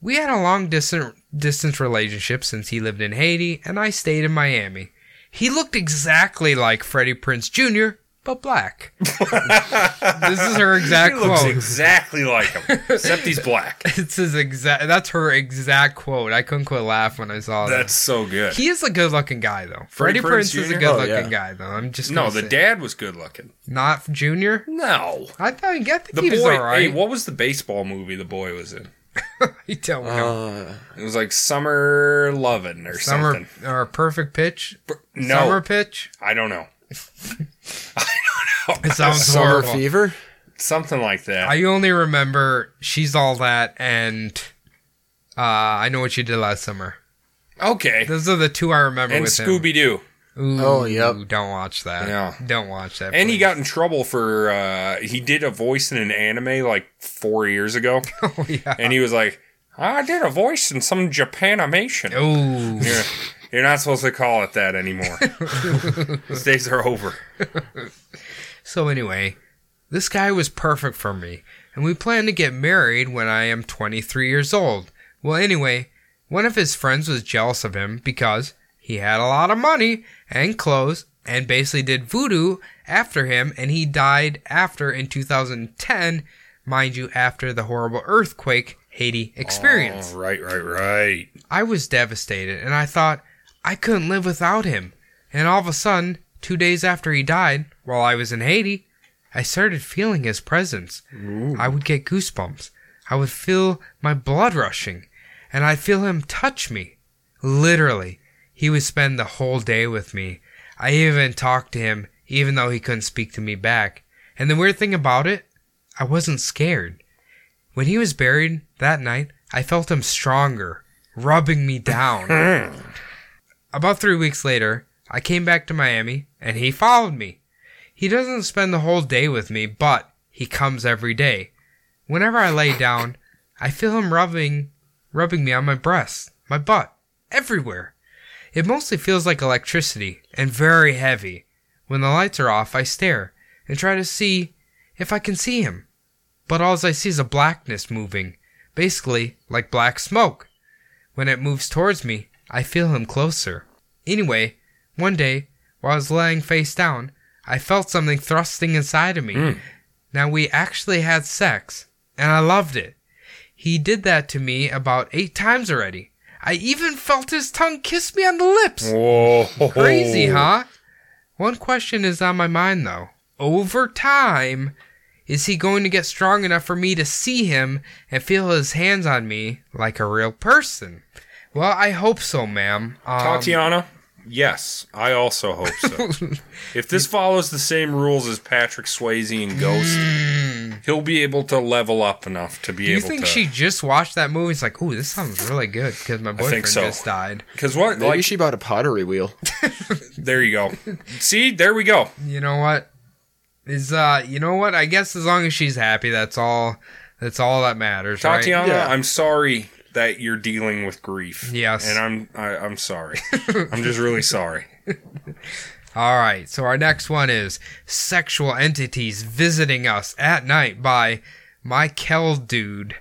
Speaker 3: We had a long distance, distance relationship since he lived in Haiti and I stayed in Miami. He looked exactly like Freddie Prince Jr., but black. this is her exact
Speaker 5: He looks
Speaker 3: quote.
Speaker 5: exactly like him, except he's black.
Speaker 3: It's his exact. That's her exact quote. I couldn't quit laugh when I saw that.
Speaker 5: That's so good.
Speaker 3: He is a good-looking guy, though. Freddie,
Speaker 5: Freddie
Speaker 3: Prince,
Speaker 5: Prinze
Speaker 3: is a
Speaker 5: Jr.?
Speaker 3: good-looking
Speaker 4: Oh, yeah.
Speaker 3: guy, though. I'm just
Speaker 5: no,
Speaker 3: gonna
Speaker 5: the
Speaker 3: say-
Speaker 5: dad was good looking.
Speaker 3: not Junior.
Speaker 5: No,
Speaker 3: I thought I think
Speaker 5: the
Speaker 3: he was
Speaker 5: boy.
Speaker 3: all right.
Speaker 5: Hey, what was the baseball movie the boy was in?
Speaker 3: You don't know.
Speaker 4: Uh,
Speaker 5: It was like Summer Lovin' or
Speaker 3: Summer
Speaker 5: something.
Speaker 3: or perfect pitch?
Speaker 5: No,
Speaker 3: Summer pitch?
Speaker 5: I don't know. I don't know.
Speaker 3: It sounds
Speaker 4: Summer
Speaker 3: horrible.
Speaker 4: Fever.
Speaker 5: something like that.
Speaker 3: I only remember she's all that and uh, I know what you did last summer.
Speaker 5: okay,
Speaker 3: Those are the two I remember.
Speaker 5: and
Speaker 3: with him.
Speaker 5: Scooby Doo.
Speaker 3: Ooh,
Speaker 4: Oh, yep.
Speaker 3: Don't watch that.
Speaker 5: Yeah.
Speaker 3: Don't watch that.
Speaker 5: And he
Speaker 3: please.
Speaker 5: got in trouble for uh, he did a voice in an anime like four years ago,
Speaker 3: Oh yeah.
Speaker 5: and he was like, "I did a voice in some Japanimation."
Speaker 3: Oh. Ooh.
Speaker 5: You're, you're not supposed to call it that anymore. Those days are over.
Speaker 3: So anyway, this guy was perfect for me, and we plan to get married when I am 23 years old. Well, anyway, one of his friends was jealous of him because he had a lot of money and clothes and basically did voodoo after him and he died after in 2010, mind you, after the horrible earthquake Haiti experienced.
Speaker 5: Oh, right, right, right.
Speaker 3: I was devastated and I thought I couldn't live without him. And all of a sudden, two days after he died, while I was in Haiti, I started feeling his presence. I would get goosebumps. I would feel my blood rushing. And I'd feel him touch me. Literally. He would spend the whole day with me. I even talked to him, even though he couldn't speak to me back. And the weird thing about it, I wasn't scared. When he was buried that night, I felt him stronger, rubbing me down. About three weeks later, I came back to Miami and he followed me. He doesn't spend the whole day with me, but he comes every day. Whenever I lay down, I feel him rubbing rubbing me on my breast, my butt, everywhere. It mostly feels like electricity and very heavy. When the lights are off, I stare and try to see if I can see him but all I see is a blackness moving, basically like black smoke. When it moves towards me, I feel him closer. Anyway, one day, while I was lying face down, I felt something thrusting inside of me. Now we actually had sex, and I loved it. He did that to me about eight times already. I even felt his tongue kiss me on the lips.
Speaker 5: Whoa.
Speaker 3: Crazy,
Speaker 5: Oh.
Speaker 3: huh? One question is on my mind, though. Over time, is he going to get strong enough for me to see him and feel his hands on me like a real person? Well, I hope so, ma'am. Um,
Speaker 5: Tatiana? Yes, I also hope so. if this follows the same rules as Patrick Swayze and Ghost, he'll be able to level up enough to be
Speaker 3: do Hmm. you
Speaker 5: able
Speaker 3: think
Speaker 5: to.
Speaker 3: she just watched that movie? It's like, ooh, this sounds really good because my boyfriend
Speaker 5: so.
Speaker 3: just died.
Speaker 5: Because what?
Speaker 4: Maybe
Speaker 5: Like,
Speaker 4: she bought a pottery wheel.
Speaker 5: there you go. See, there we go.
Speaker 3: You know what? Is uh, you know what? I guess as long as she's happy, that's all. That's all that matters, right?
Speaker 5: Tatiana,
Speaker 4: Yeah.
Speaker 5: I'm sorry that you're dealing with grief.
Speaker 3: Yes.
Speaker 5: and I'm I, I'm sorry. I'm just really sorry.
Speaker 3: All right, so our next one is Sexual Entities Visiting Us at Night by Michael Dude.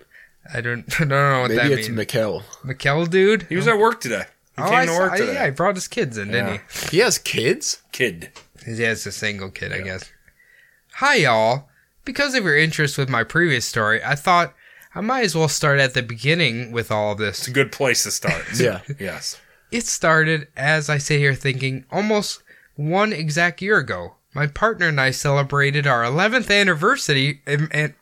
Speaker 3: I don't, I don't know what
Speaker 4: Maybe
Speaker 3: that
Speaker 4: it's
Speaker 3: means.
Speaker 4: Mikkel.
Speaker 3: Michael Dude?
Speaker 5: He was at work today. He
Speaker 3: oh,
Speaker 5: came
Speaker 3: I
Speaker 5: to
Speaker 3: saw-
Speaker 5: work
Speaker 3: I-
Speaker 5: today.
Speaker 3: yeah, he brought his kids in, didn't he?
Speaker 4: He has kids.
Speaker 5: Kid.
Speaker 3: Yeah, it's a single kid, I guess. Hi, y'all. Because of your interest with my previous story, I thought I might as well start at the beginning with all of this.
Speaker 5: It's a good place to start.
Speaker 4: Yeah.
Speaker 5: Yes.
Speaker 3: It started as I sit here thinking almost one exact year ago. My partner and I celebrated our 11th anniversary and, and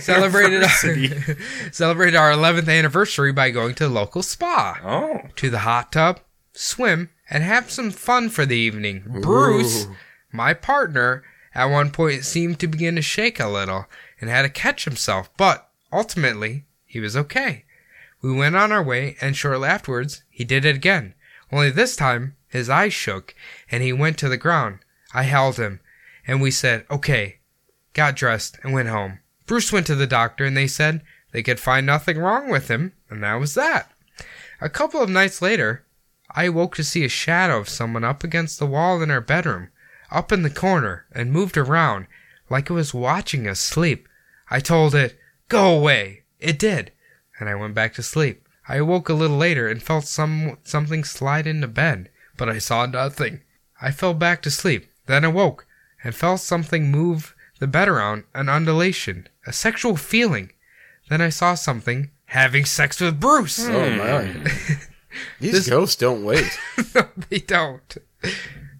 Speaker 3: celebrated our, celebrated our 11th anniversary by going to the local spa,
Speaker 5: Oh.
Speaker 3: to the hot tub, swim, and have some fun for the evening. Bruce, my partner, at one point seemed to begin to shake a little and had to catch himself, but ultimately he was okay. We went on our way, and shortly afterwards, he did it again. Only this time, his eyes shook, and he went to the ground. I held him, and we said, okay, got dressed, and went home. Bruce went to the doctor, and they said they could find nothing wrong with him, and that was that. A couple of nights later, I awoke to see a shadow of someone up against the wall in our bedroom, up in the corner, and moved around like it was watching us sleep. I told it, Go away! It did, and I went back to sleep. I awoke a little later and felt some something slide into bed, but I saw nothing. I fell back to sleep, then awoke. and felt something move the bed around an undulation, a sexual feeling. Then I saw something having sex with Bruce.
Speaker 4: Oh
Speaker 3: Hmm.
Speaker 4: my. These ghosts don't wait.
Speaker 3: they don't.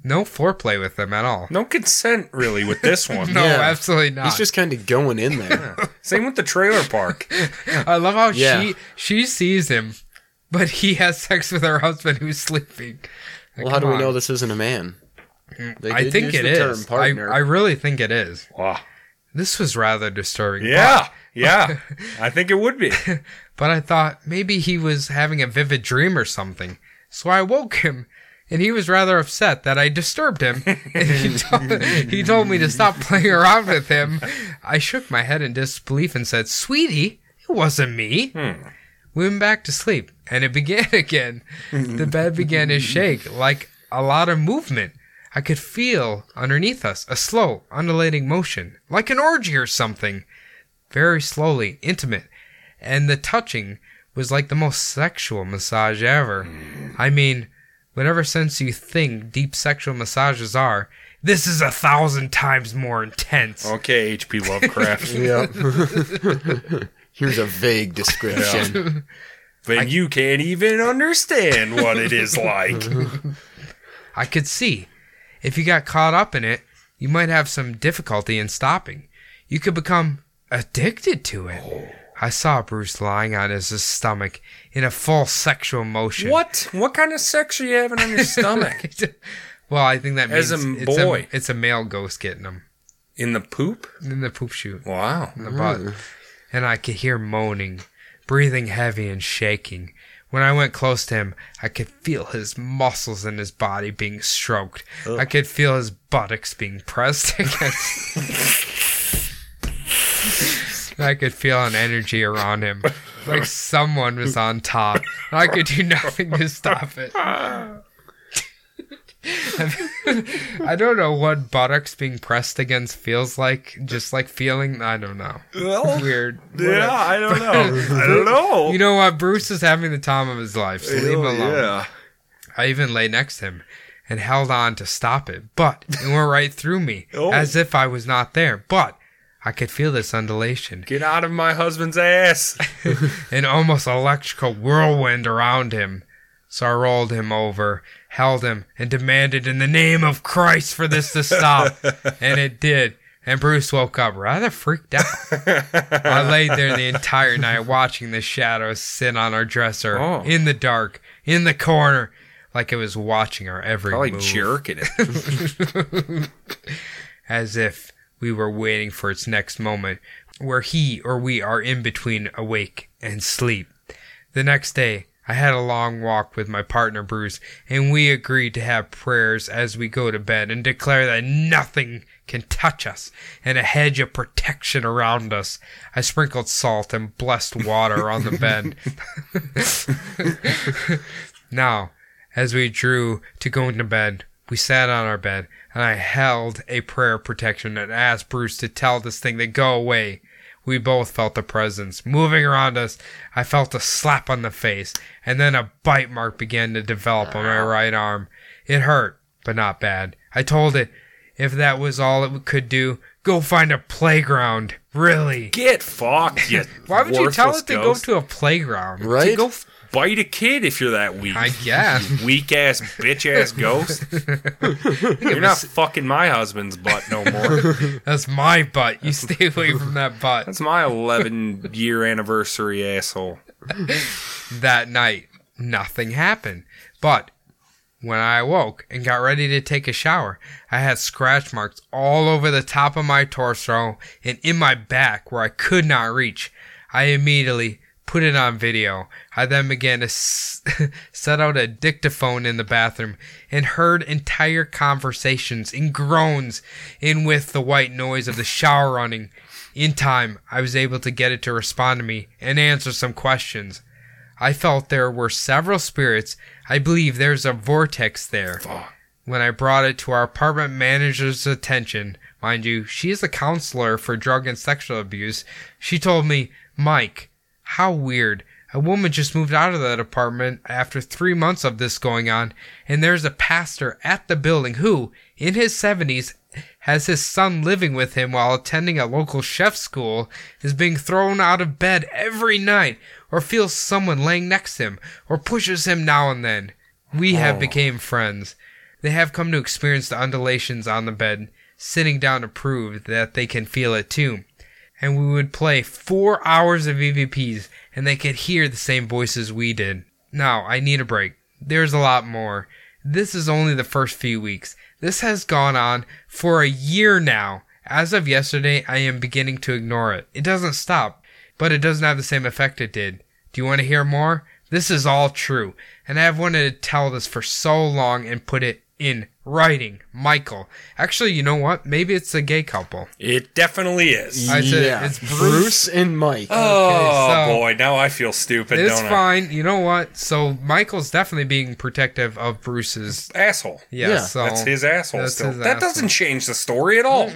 Speaker 3: No foreplay with them at all.
Speaker 5: No consent really with this one.
Speaker 3: No,
Speaker 4: Yeah.
Speaker 3: absolutely not.
Speaker 4: He's just kind of going in there.
Speaker 5: Same with the trailer park.
Speaker 3: I love how
Speaker 4: Yeah.
Speaker 3: she she sees him, but he has sex with her husband who's sleeping. Like,
Speaker 4: well, how do
Speaker 3: come
Speaker 4: we
Speaker 3: on.
Speaker 4: know this isn't a man? They
Speaker 3: I
Speaker 4: did
Speaker 3: think
Speaker 4: use
Speaker 3: it
Speaker 4: the term
Speaker 3: is. I,
Speaker 4: partner.
Speaker 3: I really think it is.
Speaker 5: Wow.
Speaker 3: This was rather disturbing.
Speaker 5: Yeah. Yeah. I think it would be.
Speaker 3: But I thought maybe he was having a vivid dream or something. So I woke him, and he was rather upset that I disturbed him. and he told, he told me to stop playing around with him. I shook my head in disbelief and said, Sweetie, it wasn't me. We went back to sleep, and it began again. The bed began to shake like a lot of movement. I could feel underneath us a slow, undulating motion, like an orgy or something. Very slowly, intimate and the touching was like the most sexual massage ever. I mean, whatever sense you think deep sexual massages are, this is a thousand times more intense.
Speaker 5: Oh, Okay, HP Lovecraft.
Speaker 4: Here's a vague description.
Speaker 5: Then you can't even understand what it is like.
Speaker 3: I could see. If you got caught up in it, you might have some difficulty in stopping. You could become addicted to it. I saw Bruce lying on his stomach in a full sexual motion.
Speaker 5: What? What kind of sex are you having on your stomach?
Speaker 3: well, I think that means
Speaker 5: As a
Speaker 3: it's,
Speaker 5: boy.
Speaker 3: it's a male ghost getting him
Speaker 5: In the poop?
Speaker 3: in the poop chute.
Speaker 5: Wow.
Speaker 3: the butt, and I could hear moaning, breathing heavy and shaking. When I went close to him, I could feel his muscles in his body being stroked. I could feel his buttocks being pressed against. I could feel an energy around him, like someone was on top. and I could do nothing to stop it. I don't know what buttocks being pressed against feels like. Just like feeling, I don't know.
Speaker 5: Well,
Speaker 3: Weird.
Speaker 5: yeah, I don't know. I don't know.
Speaker 3: You know what? Bruce is having the time of his life, so leave him
Speaker 5: Oh,
Speaker 3: alone.
Speaker 5: yeah.
Speaker 3: I even lay next to him and held on to stop it, but it went right through me
Speaker 5: Oh.
Speaker 3: as if I was not there. But I could feel this undulation,
Speaker 5: Get out of my husband's ass.
Speaker 3: an almost electrical whirlwind around him. So I rolled him over, held him, and demanded in the name of Christ for this to stop. and it did. And Bruce woke up rather freaked out. I laid there the entire night watching the shadows sit on our dresser
Speaker 5: Oh.
Speaker 3: in the dark, in the corner, like it was watching our every
Speaker 5: Probably
Speaker 3: move,
Speaker 5: jerking it.
Speaker 3: as if we were waiting for its next moment, where he or we are in between awake and sleep. The next day, I had a long walk with my partner Bruce, and we agreed to have prayers as we go to bed and declare that nothing can touch us and a hedge of protection around us. I sprinkled salt and blessed water on the bed. now, as we drew to going to bed, we sat on our bed, and I held a prayer of protection and asked Bruce to tell this thing to go away. We both felt the presence moving around us. I felt a slap on the face, and then a bite mark began to develop on my right arm. It hurt, but not bad. I told it if that was all it could do, go find a playground. Really?
Speaker 5: Get fucked, you
Speaker 3: Why would you tell
Speaker 5: worthless
Speaker 3: it to
Speaker 5: ghost.
Speaker 3: go to a playground?
Speaker 4: Right?
Speaker 5: Go f- bite a kid if you're that weak.
Speaker 3: I guess.
Speaker 5: Weak ass, bitch ass ghost. You're not fucking my husband's butt no more.
Speaker 3: That's my butt. You stay away from that butt.
Speaker 5: That's my 11 year anniversary asshole.
Speaker 3: That night, nothing happened. But when I awoke and got ready to take a shower, I had scratch marks all over the top of my torso and in my back where I could not reach. I immediately put it on video. I then began to s- set out a dictaphone in the bathroom and heard entire conversations in groans and with the white noise of the shower running. In time, I was able to get it to respond to me and answer some questions. I felt there were several spirits. I believe there's a vortex there. When I brought it to our apartment manager's attention, mind you, she is a counselor for drug and sexual abuse, she told me, Mike, how weird. A woman just moved out of that apartment after three months of this going on, and there's a pastor at the building who, in his 70s, has his son living with him while attending a local chef school, is being thrown out of bed every night, or feels someone laying next to him, or pushes him now and then. We have became friends. They have come to experience the undulations on the bed, sitting down to prove that they can feel it too. And we would play four hours of EVPs, and they could hear the same voices we did. Now, I need a break. There's a lot more. This is only the first few weeks. This has gone on for a year now. As of yesterday, I am beginning to ignore it. It doesn't stop, but it doesn't have the same effect it did. Do you want to hear more? This is all true, and I have wanted to tell this for so long and put it in writing, Michael. Actually, you know what? Maybe it's a gay couple.
Speaker 5: It definitely is.
Speaker 3: I said
Speaker 4: yeah,
Speaker 3: it's Bruce.
Speaker 4: Bruce and Mike.
Speaker 5: Oh
Speaker 3: so-
Speaker 5: boy, now I feel stupid,
Speaker 3: It's
Speaker 5: don't
Speaker 3: fine. You know what? So Michael's definitely being protective of Bruce's.
Speaker 5: I? Asshole.
Speaker 3: Yeah,
Speaker 4: Yeah.
Speaker 3: so
Speaker 5: That's his asshole
Speaker 3: that's
Speaker 5: still.
Speaker 3: his
Speaker 5: that
Speaker 3: asshole.
Speaker 5: doesn't change the story at all.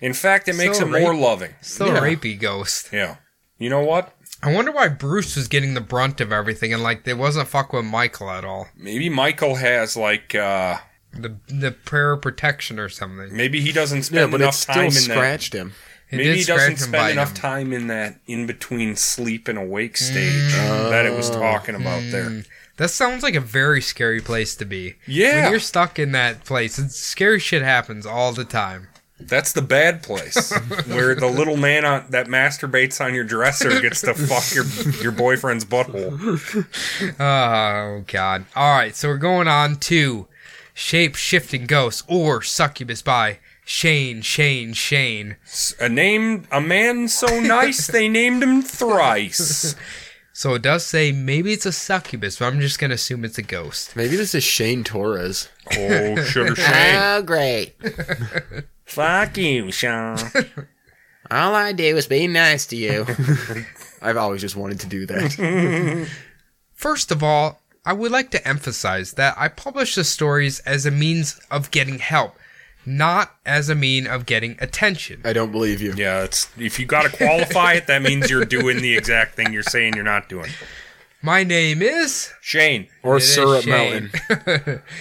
Speaker 5: In fact, it makes
Speaker 3: So
Speaker 5: it more
Speaker 3: rape-
Speaker 5: loving.
Speaker 3: still
Speaker 4: Yeah.
Speaker 3: a rapey ghost.
Speaker 5: Yeah. You know what?
Speaker 3: I wonder why Bruce was getting the brunt of everything and like there wasn't fuck with Michael at all.
Speaker 5: Maybe Michael has like uh
Speaker 3: The the prayer protection or something.
Speaker 5: maybe he doesn't
Speaker 4: yeah,
Speaker 5: spend
Speaker 4: but it
Speaker 5: enough
Speaker 4: still
Speaker 5: time in that
Speaker 4: scratched him.
Speaker 3: It
Speaker 5: maybe
Speaker 3: did
Speaker 5: he
Speaker 3: scratch
Speaker 5: doesn't
Speaker 3: him
Speaker 5: spend
Speaker 3: by
Speaker 5: enough
Speaker 3: him.
Speaker 5: time in that in between sleep and awake stage that it was talking about there.
Speaker 3: That sounds like a very scary place to be.
Speaker 5: Yeah.
Speaker 3: When you're stuck in that place, it's, scary shit happens all the time.
Speaker 5: That's the bad place where the little man on, that masturbates on your dresser gets to fuck your your boyfriend's butthole.
Speaker 3: Oh god. Alright, so we're going on to Shape Shifting Ghosts or Succubus by Shane, Shane, Shane.
Speaker 5: A name, a man so nice they named him thrice.
Speaker 3: So it does say maybe it's a succubus, but I'm just gonna assume it's a ghost.
Speaker 4: Maybe this is Shane Torres.
Speaker 5: Oh, sugar Shane,
Speaker 4: great.
Speaker 5: fuck you, Sean.
Speaker 4: All I do is be nice to you. I've always just wanted to do that.
Speaker 3: First of all, I would like to emphasize that I publish the stories as a means of getting help, not as a mean of getting attention.
Speaker 4: I don't believe you.
Speaker 5: Yeah, it's if you got to qualify it, that means you're doing the exact thing you're saying you're not doing.
Speaker 3: My name is
Speaker 5: Shane,
Speaker 4: Or
Speaker 3: is
Speaker 4: Syrup
Speaker 3: Shane.
Speaker 4: Mountain.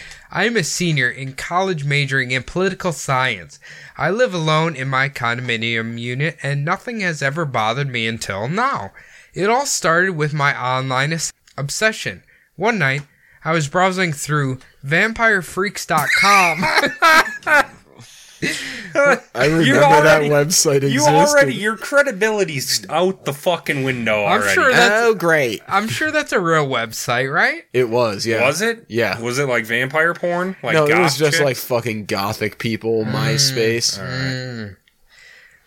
Speaker 3: I am a senior in college majoring in political science. I live alone in my condominium unit and nothing has ever bothered me until now. It all started with my online obs- obsession. One night, I was browsing through vampirefreaks.com.
Speaker 4: I remember
Speaker 5: already-
Speaker 4: that website existed.
Speaker 5: you already your credibility's out the fucking window
Speaker 3: I'm
Speaker 5: already.
Speaker 3: sure that's
Speaker 4: Oh, great.
Speaker 3: I'm sure that's a real website, right?
Speaker 4: It was, yeah.
Speaker 5: was it?
Speaker 4: Yeah.
Speaker 5: Was it like vampire porn? Like
Speaker 4: no, it was
Speaker 5: goth Mm,
Speaker 4: just
Speaker 5: chick?
Speaker 4: like fucking gothic people, MySpace.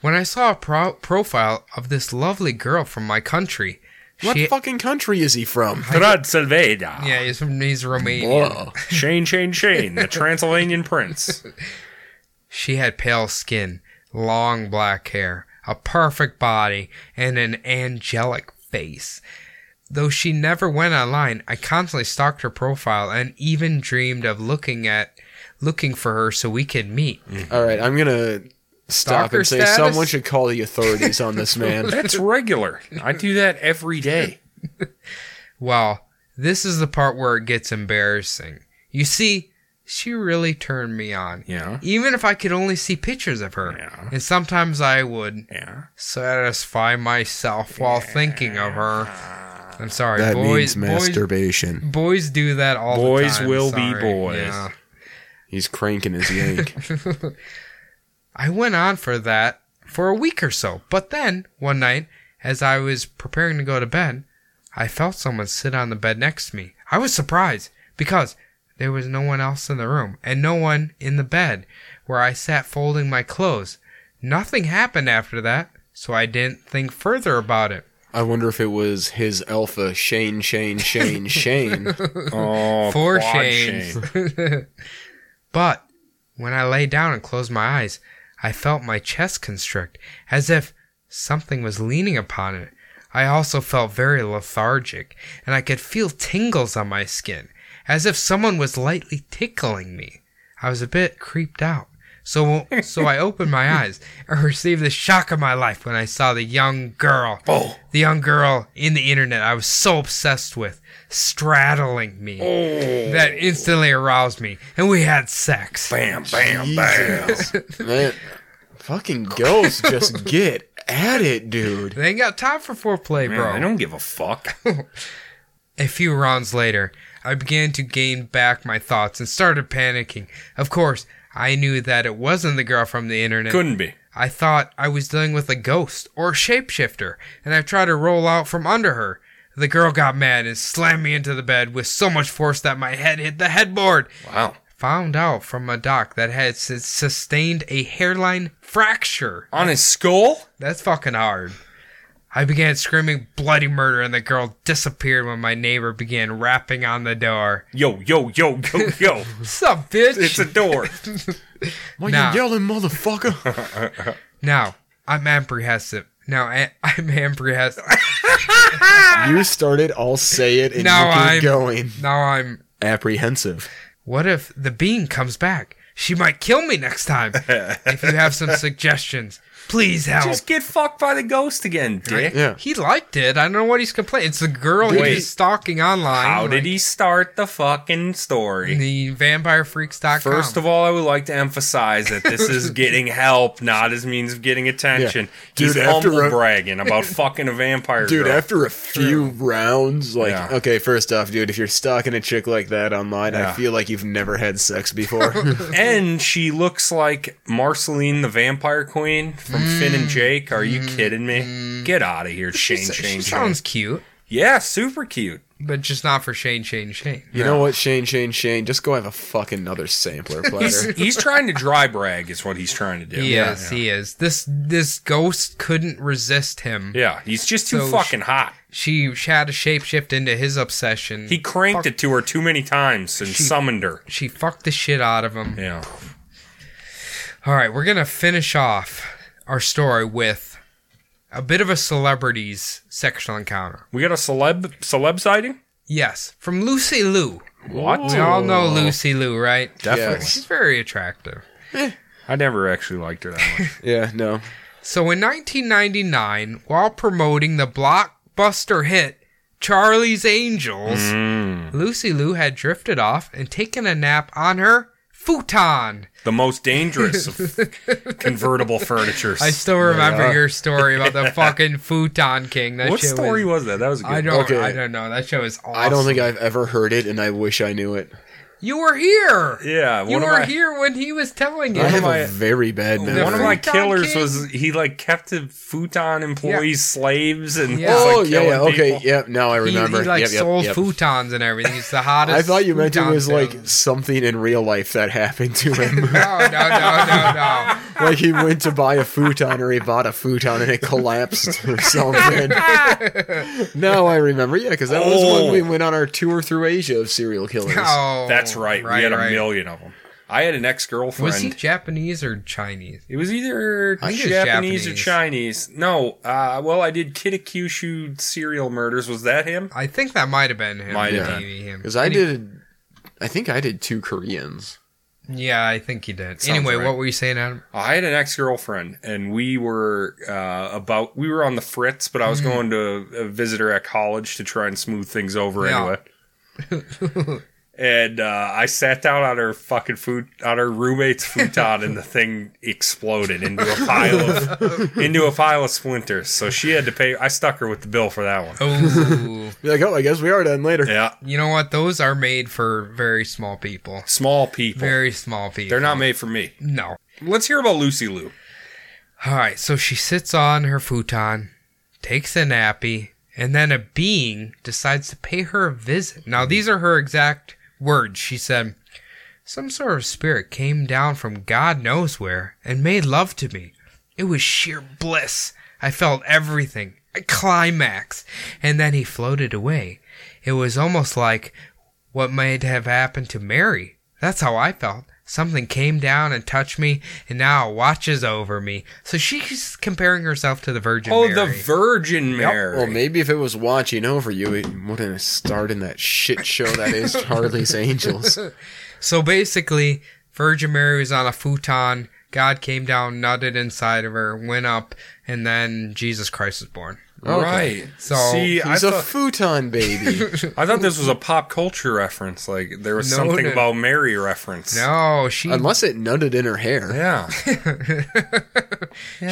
Speaker 3: When I saw a pro- profile of this lovely girl from my country,
Speaker 4: What
Speaker 3: she
Speaker 4: fucking country is he from?
Speaker 5: Transylvania.
Speaker 3: yeah, he's from he's Romanian.
Speaker 4: Whoa.
Speaker 5: Shane, Shane, Shane, the Transylvanian prince.
Speaker 3: She had pale skin, long black hair, a perfect body, and an angelic face. Though she never went online, I constantly stalked her profile and even dreamed of looking at looking for her so we could meet.
Speaker 4: All right, I'm gonna stop
Speaker 3: Stalker
Speaker 4: and say
Speaker 3: status?
Speaker 4: someone should call the authorities on this man.
Speaker 5: That's regular. I do that every day.
Speaker 3: Well, this is the part where it gets embarrassing. You see, she really turned me on.
Speaker 5: Yeah.
Speaker 3: Even if I could only see pictures of her.
Speaker 5: Yeah.
Speaker 3: And sometimes I would
Speaker 5: Yeah.
Speaker 3: satisfy myself while thinking of her. I'm sorry,
Speaker 4: that
Speaker 3: boys.
Speaker 4: means
Speaker 3: boys,
Speaker 4: masturbation.
Speaker 3: boys do that all the
Speaker 5: Boys
Speaker 3: time.
Speaker 5: will be
Speaker 3: sorry.
Speaker 5: boys.
Speaker 3: Yeah.
Speaker 4: He's cranking his yank.
Speaker 3: I went on for that for a week or so, but then one night, as I was preparing to go to bed, I felt someone sit on the bed next to me. I was surprised because there was no one else in the room and no one in the bed where I sat folding my clothes. Nothing happened after that, so I didn't think further about it.
Speaker 4: I wonder if it was his alpha Shane, Shane, Shane, Shane.
Speaker 5: Oh,
Speaker 3: Four
Speaker 5: quad
Speaker 3: shades. but when I lay down and closed my eyes, I felt my chest constrict, as if something was leaning upon it. I also felt very lethargic, and I could feel tingles on my skin, as if someone was lightly tickling me. I was a bit creeped out, So, so I opened my eyes and received the shock of my life when I saw the young girl.
Speaker 5: Oh.
Speaker 3: The young girl in the internet I was so obsessed with straddling me that instantly aroused me, and we had sex.
Speaker 5: Bam, bam, bam.
Speaker 4: Jesus. Man, fucking ghosts just get at it, dude.
Speaker 3: They ain't got time for foreplay,
Speaker 5: Man,
Speaker 3: bro.
Speaker 5: I don't give a fuck.
Speaker 3: A few rounds later, I began to gain back my thoughts and started panicking. Of course, I knew that it wasn't the girl from the internet.
Speaker 5: Couldn't be.
Speaker 3: I thought I was dealing with a ghost or a shapeshifter, and I tried to roll out from under her. The girl got mad and slammed me into the bed with so much force that my head hit the headboard.
Speaker 5: Wow.
Speaker 3: Found out from a doc that had s- sustained a hairline fracture.
Speaker 5: On his skull?
Speaker 3: That's fucking hard. I began screaming bloody murder, and the girl disappeared when my neighbor began rapping on the door.
Speaker 5: Yo, yo, yo, yo, yo.
Speaker 3: Sup, bitch?
Speaker 5: it's a door.
Speaker 4: Why
Speaker 3: Nah.
Speaker 4: you yelling, motherfucker?
Speaker 3: now, I'm apprehensive. Now, I- I'm apprehensive.
Speaker 4: you started, I'll say it, and
Speaker 3: Now
Speaker 4: you
Speaker 3: I'm-
Speaker 4: keep going.
Speaker 3: now I'm
Speaker 4: Apprehensive.
Speaker 3: What if the being comes back? She might kill me next time. if you have some suggestions, please help.
Speaker 5: Just get fucked by the ghost again, dick.
Speaker 4: Yeah.
Speaker 3: He liked it. I don't know what he's complaining. It's the girl he
Speaker 5: Wait.
Speaker 3: was stalking online.
Speaker 5: How did he start the fucking story?
Speaker 3: The vampirefreaks.com.
Speaker 5: First of all, I would like to emphasize that this is getting help, not his means of getting attention.
Speaker 4: Dude,
Speaker 5: He's
Speaker 4: after
Speaker 5: humble
Speaker 4: a-
Speaker 5: bragging about fucking a vampire
Speaker 4: Dude,
Speaker 5: girl.
Speaker 4: after a few rounds, like,
Speaker 5: Yeah.
Speaker 4: okay, first off, dude, if you're stalking a chick like that online, I
Speaker 5: Yeah.
Speaker 4: feel like you've never had sex before.
Speaker 5: and she looks like Marceline the Vampire Queen from Finn and Jake. Are you kidding me? Get out of here, Shane,
Speaker 3: Mm. Mm-hmm. she,
Speaker 5: Shane, Shane.
Speaker 3: sounds cute,
Speaker 5: yeah, super cute.
Speaker 3: but just not for Shane, Shane, Shane.
Speaker 4: you know what, Shane, Shane, Shane, just go have a fucking another sampler platter.
Speaker 5: He's trying to dry brag, is what he's trying to do.
Speaker 3: He is. He is. This this ghost couldn't resist him.
Speaker 5: Yeah, he's just too
Speaker 3: So
Speaker 5: fucking hot.
Speaker 3: She had to shapeshift into his obsession.
Speaker 5: He cranked it to her too many times and summoned her.
Speaker 3: she fucked the shit out of him.
Speaker 5: Yeah.
Speaker 3: All right, we're going to finish off our story with a bit of a celebrities sexual encounter.
Speaker 5: We got a celeb celeb sighting?
Speaker 3: Yes, from Lucy Liu.
Speaker 5: What?
Speaker 3: We all know Lucy Liu, right?
Speaker 5: Definitely.
Speaker 4: Yes.
Speaker 3: She's very attractive.
Speaker 5: I never actually liked her that much.
Speaker 4: yeah, no.
Speaker 3: So in 1999, while promoting the blockbuster hit Charlie's Angels,
Speaker 4: Mm.
Speaker 3: Lucy Liu had drifted off and taken a nap on her futon.
Speaker 5: the most dangerous of convertible furnitures.
Speaker 3: I still remember your story about the fucking futon king. That
Speaker 5: what
Speaker 3: shit
Speaker 5: story
Speaker 3: was,
Speaker 5: was that? That was a good
Speaker 3: I don't
Speaker 4: Okay.
Speaker 3: I don't know. That show is awesome.
Speaker 4: I don't think I've ever heard it, and I wish I knew it.
Speaker 3: You were here.
Speaker 5: Yeah,
Speaker 3: you
Speaker 5: one of
Speaker 3: were
Speaker 5: my-
Speaker 3: here when he was telling you.
Speaker 4: I have
Speaker 5: my-
Speaker 4: a very bad memory.
Speaker 5: One of my
Speaker 3: Futon
Speaker 5: killers
Speaker 3: King.
Speaker 5: was he like kept the futon employees slaves and
Speaker 3: Yeah.
Speaker 5: was, like,
Speaker 4: Oh yeah, yeah,
Speaker 5: killing
Speaker 4: okay,
Speaker 5: people.
Speaker 4: yep. Now I
Speaker 3: He, he,
Speaker 4: remember.
Speaker 3: like
Speaker 4: Yep, yep,
Speaker 3: sold
Speaker 4: yep.
Speaker 3: futons and everything. He's the hottest.
Speaker 4: I thought you meant it
Speaker 3: futon
Speaker 4: was like
Speaker 3: salesman.
Speaker 4: something in real life that happened to him.
Speaker 3: No, no, no, no, no.
Speaker 4: like he went to buy a futon or he bought a futon and it collapsed or something. now I remember, yeah, because that was
Speaker 5: Oh.
Speaker 4: when we went on our tour through Asia of serial killers.
Speaker 3: Oh,
Speaker 5: That's right. we had a million of them. I had an ex girlfriend.
Speaker 3: Was he Japanese or Chinese?
Speaker 5: It was either
Speaker 3: I
Speaker 5: Japanese,
Speaker 3: think it was
Speaker 5: or
Speaker 3: Japanese.
Speaker 5: Chinese. No, uh, well, I did Kitakyushu serial murders. Was that him?
Speaker 3: I think that might have been him.
Speaker 5: Might have
Speaker 3: maybe him.
Speaker 4: Because I
Speaker 3: Any-
Speaker 4: did, I think I did two Koreans.
Speaker 3: Yeah, I think he did.
Speaker 5: Sounds
Speaker 3: anyway,
Speaker 5: right.
Speaker 3: what were you saying, Adam?
Speaker 5: I had an ex girlfriend, and we were uh, about we were on the fritz, but I was going to uh, visit her at college to try and smooth things over
Speaker 3: Yeah.
Speaker 5: anyway. and uh, I sat down on her fucking food on her roommate's futon, and the thing exploded into a pile of into a pile of splinters. So she had to pay. I stuck her with the bill for that one.
Speaker 3: Oh,
Speaker 4: Be like, oh, I guess we are done later.
Speaker 5: Yeah,
Speaker 3: you know what? Those are made for very small people.
Speaker 5: small people.
Speaker 3: Very small people.
Speaker 5: They're not made for me.
Speaker 3: No.
Speaker 5: Let's hear about Lucy Lou.
Speaker 3: All right, so she sits on her futon, takes a nappy, and then a being decides to pay her a visit. Now, these are her exact words. She said, Some sort of spirit came down from God knows where and made love to me. It was sheer bliss. I felt everything. A climax. And then he floated away. It was almost like what might have happened to Mary. That's how I felt. Something came down and touched me, and now it watches over me. So she's comparing herself to the Virgin
Speaker 5: Oh,
Speaker 3: Mary.
Speaker 5: the Virgin Mary.
Speaker 4: Well, maybe if it was watching over you, it wouldn't have starred in that shit show that is Charlie's Angels.
Speaker 3: So basically, Virgin Mary was on a futon. God came down, nutted inside of her, went up, and then Jesus Christ was born.
Speaker 5: Right.
Speaker 3: So-
Speaker 5: see, I
Speaker 4: He's a
Speaker 5: thought,
Speaker 4: futon baby.
Speaker 5: I thought this was a pop culture reference. Like there was
Speaker 3: No,
Speaker 5: something
Speaker 3: no.
Speaker 5: about Mary reference.
Speaker 3: No, she
Speaker 4: Unless it nutted in her hair.
Speaker 5: Yeah.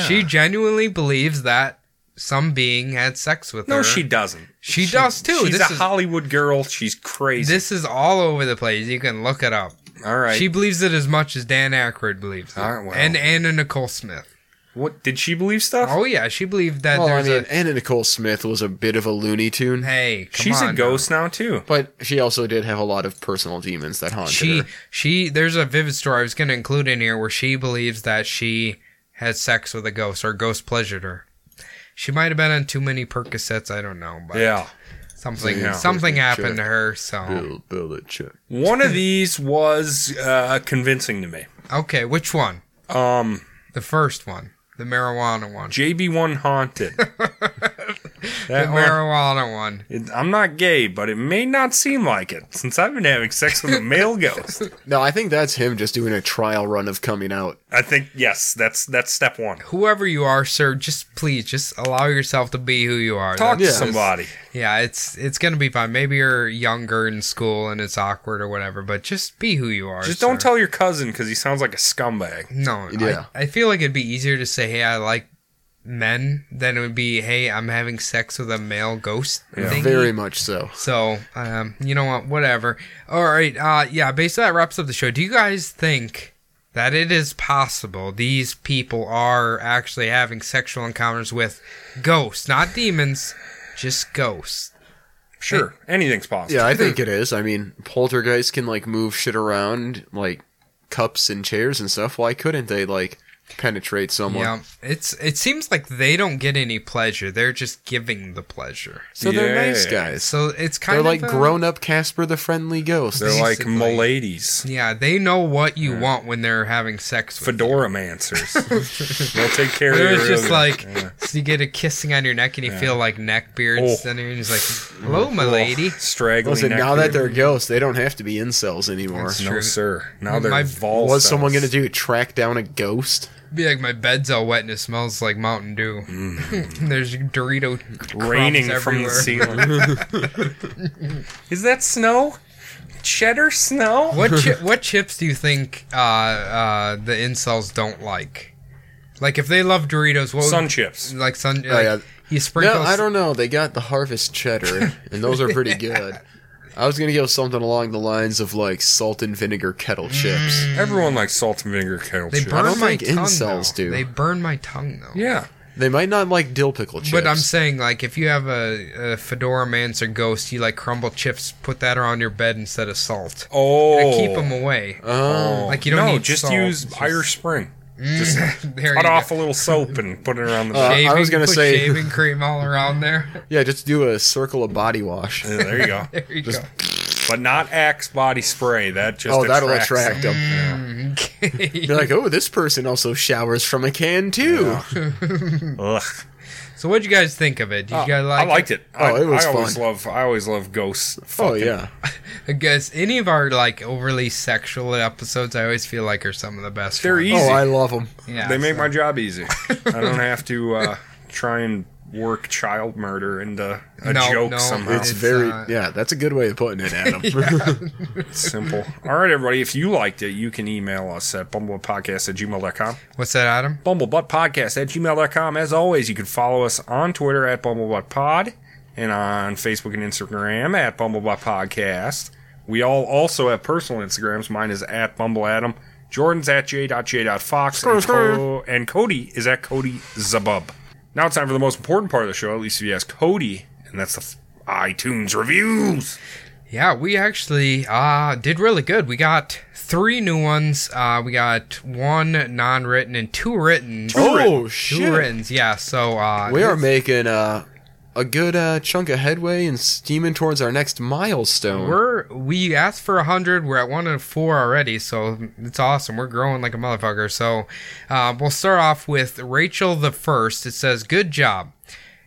Speaker 3: she genuinely believes that some being had sex with her.
Speaker 5: No, she doesn't.
Speaker 3: She does too.
Speaker 5: She's
Speaker 3: this
Speaker 5: a
Speaker 3: is
Speaker 5: Hollywood girl. She's crazy.
Speaker 3: this is all over the place. You can look it up.
Speaker 5: All right.
Speaker 3: She believes it as much as Dan Aykroyd believes it,
Speaker 5: All right, well.
Speaker 3: and Anna Nicole Smith.
Speaker 5: what did she believe stuff?
Speaker 3: Oh yeah, she believed that
Speaker 4: Well, I
Speaker 3: there's
Speaker 4: mean, Anna Nicole Smith was a bit of a Looney
Speaker 3: a
Speaker 4: Tune,
Speaker 3: hey. Come
Speaker 5: She's
Speaker 3: on
Speaker 5: a
Speaker 3: now.
Speaker 5: ghost now, too.
Speaker 4: but she also did have a lot of personal demons that haunted
Speaker 3: She
Speaker 4: her.
Speaker 3: she. There's a vivid story I was going to include in here where she believes that she had sex with a ghost or a ghost pleasured her. She might have been on too many Percocets. I don't know, but
Speaker 5: Yeah.
Speaker 3: something
Speaker 5: Yeah.
Speaker 3: something
Speaker 4: Sure.
Speaker 3: happened to her. So
Speaker 4: Bill Belichick.
Speaker 5: One of these was uh, convincing to me.
Speaker 3: okay, which one?
Speaker 5: Um,
Speaker 3: The first one, the marijuana one.
Speaker 5: JB1 Haunted.
Speaker 3: The
Speaker 5: That one-
Speaker 3: marijuana one.
Speaker 5: it- I'm not gay, but it may not seem like it since I've been having sex with a male ghost.
Speaker 4: No, I think that's him just doing a trial run of coming out.
Speaker 5: I think yes, that's that's step one.
Speaker 3: Whoever you are, sir, just please, just allow yourself to be who you are.
Speaker 5: Talk
Speaker 3: That's-
Speaker 5: to
Speaker 4: Yeah.
Speaker 5: somebody.
Speaker 3: yeah, it's it's gonna be fine. Maybe you're younger in school and it's awkward or whatever, but just be who you are.
Speaker 5: Just don't
Speaker 3: sir.
Speaker 5: tell your cousin because he sounds like a scumbag.
Speaker 3: No,
Speaker 4: Yeah.
Speaker 3: I, I feel like it'd be easier to say, "Hey, I like men," than it would be, "Hey, I'm having sex with a male ghost." thingy.
Speaker 4: Very much so.
Speaker 3: So, um, you know what? Whatever. All right. Uh, yeah. Basically, that wraps up the show. Do you guys think that it is possible these people are actually having sexual encounters with ghosts, not demons, just ghosts?
Speaker 5: Sure, anything's possible.
Speaker 4: Yeah, I think it is. I mean, poltergeists can like move shit around, like cups and chairs and stuff. Why couldn't they like penetrate someone?
Speaker 3: Yeah. It's it seems like they don't get any pleasure. They're just giving the pleasure.
Speaker 4: So they're nice
Speaker 5: Yeah.
Speaker 4: guys.
Speaker 3: So it's kind
Speaker 4: They're
Speaker 3: of
Speaker 4: like
Speaker 3: a-
Speaker 4: grown up Casper the Friendly Ghost.
Speaker 5: They're like
Speaker 3: basically.
Speaker 5: miladies,
Speaker 3: Yeah, they know what you want when they're having sex with. you.
Speaker 5: fedora mancers. They'll take care of
Speaker 3: They're
Speaker 5: you.
Speaker 3: just like so you get a kissing on your neck and you feel like neck beard
Speaker 5: Oh.
Speaker 3: standing there and he's like, "Hello, my lady."
Speaker 5: straggling.
Speaker 4: Listen,
Speaker 5: neck
Speaker 4: now that
Speaker 5: beard.
Speaker 4: they're ghosts, they don't have to be incels anymore.
Speaker 3: That's
Speaker 5: no
Speaker 3: True.
Speaker 5: sir, now they're
Speaker 3: My-
Speaker 5: vol.
Speaker 4: What's
Speaker 5: cells.
Speaker 4: someone gonna do? Track down a ghost?
Speaker 3: Be like my bed's all wet and it smells like Mountain Dew. There's Dorito crumbs
Speaker 5: Mm. raining from the
Speaker 3: everywhere.
Speaker 5: ceiling. Is that snow? Cheddar snow?
Speaker 3: What chi- what chips do you think uh, uh, the incels don't like? Like if they love Doritos, what
Speaker 5: Sun
Speaker 3: would,
Speaker 5: chips.
Speaker 3: like sun? Like,
Speaker 4: Oh, yeah.
Speaker 3: You
Speaker 4: No,
Speaker 3: sprinkle.
Speaker 4: I don't know. They got the harvest cheddar, and those are pretty good. I was gonna go something along the lines of like salt and vinegar kettle chips.
Speaker 3: Mm.
Speaker 5: Everyone likes salt and vinegar kettle
Speaker 3: They
Speaker 5: chips.
Speaker 3: burn
Speaker 4: don't
Speaker 3: my
Speaker 4: think
Speaker 3: tongue.
Speaker 4: incels
Speaker 3: though.
Speaker 4: do.
Speaker 3: They burn my tongue though.
Speaker 5: Yeah.
Speaker 4: They might not like dill pickle chips.
Speaker 3: But I'm saying, like, if you have a, a fedora mancer ghost, you like crumble chips, put that around your bed instead of salt.
Speaker 5: Oh.
Speaker 3: To keep them away.
Speaker 4: Uh-huh.
Speaker 5: Oh.
Speaker 3: Like, you don't
Speaker 5: no,
Speaker 3: need
Speaker 5: just
Speaker 3: salt.
Speaker 5: use
Speaker 3: It's just- Mm.
Speaker 5: Irish Spring.
Speaker 3: there
Speaker 5: Cut
Speaker 3: you
Speaker 5: off
Speaker 3: go.
Speaker 5: a little soap and put it around the.
Speaker 4: Uh, I was gonna
Speaker 3: put
Speaker 4: say-
Speaker 3: shaving cream all around there.
Speaker 4: yeah, just do a circle of body wash.
Speaker 5: Yeah, there you go.
Speaker 3: There you go.
Speaker 5: But not Axe body spray. That just
Speaker 4: Oh, that'll
Speaker 5: attracts
Speaker 4: attract
Speaker 5: them.
Speaker 4: them.
Speaker 3: Mm, Okay.
Speaker 4: You're like, oh, this person also showers from a can too.
Speaker 5: Ugh.
Speaker 3: So, what'd you guys think of it? Did you guys like?
Speaker 5: Uh, I liked it.
Speaker 4: Oh,
Speaker 5: I,
Speaker 4: it was
Speaker 5: I always
Speaker 4: fun.
Speaker 5: love. I always love ghosts.
Speaker 4: Oh
Speaker 5: fucking-
Speaker 4: yeah,
Speaker 3: I guess any of our like overly sexual episodes, I always feel like are some of the best.
Speaker 5: They're
Speaker 3: ones.
Speaker 5: easy.
Speaker 4: oh, I love them.
Speaker 3: Yeah,
Speaker 5: they make
Speaker 3: so-
Speaker 5: my job easy. I don't have to uh, try and work child murder into a
Speaker 3: No,
Speaker 5: joke
Speaker 3: no,
Speaker 5: somehow.
Speaker 4: It's,
Speaker 3: It's,
Speaker 4: very
Speaker 3: uh,
Speaker 4: yeah. That's a good way of putting it, Adam.
Speaker 5: It's simple. All right, everybody. If you liked it, you can email us at bumblebuttpodcast at gmail.com.
Speaker 3: What's that, Adam?
Speaker 5: Bumblebuttpodcast at gmail.com. As always, you can follow us on Twitter at bumblebuttpod and on Facebook and Instagram at bumblebuttpodcast. We all also have personal Instagrams. Mine is at bumbleadam. Jordan's at j.j.fox. And, Co- and Cody is at Cody Zabub. Now it's time for the most important part of the show, at least if you ask Cody, and that's the f- iTunes reviews.
Speaker 3: Yeah, we actually uh, did really good. We got three new ones. Uh, we got one non-written and two written.
Speaker 4: oh
Speaker 3: two
Speaker 4: shit,
Speaker 3: writtens, yeah. So uh,
Speaker 4: we are making uh, a good uh, chunk of headway and steaming towards our next milestone.
Speaker 3: We're we asked for hundred. We're at one and four already, so it's awesome. We're growing like a motherfucker. So uh, we'll start off with Rachel the first. It says, "Good job."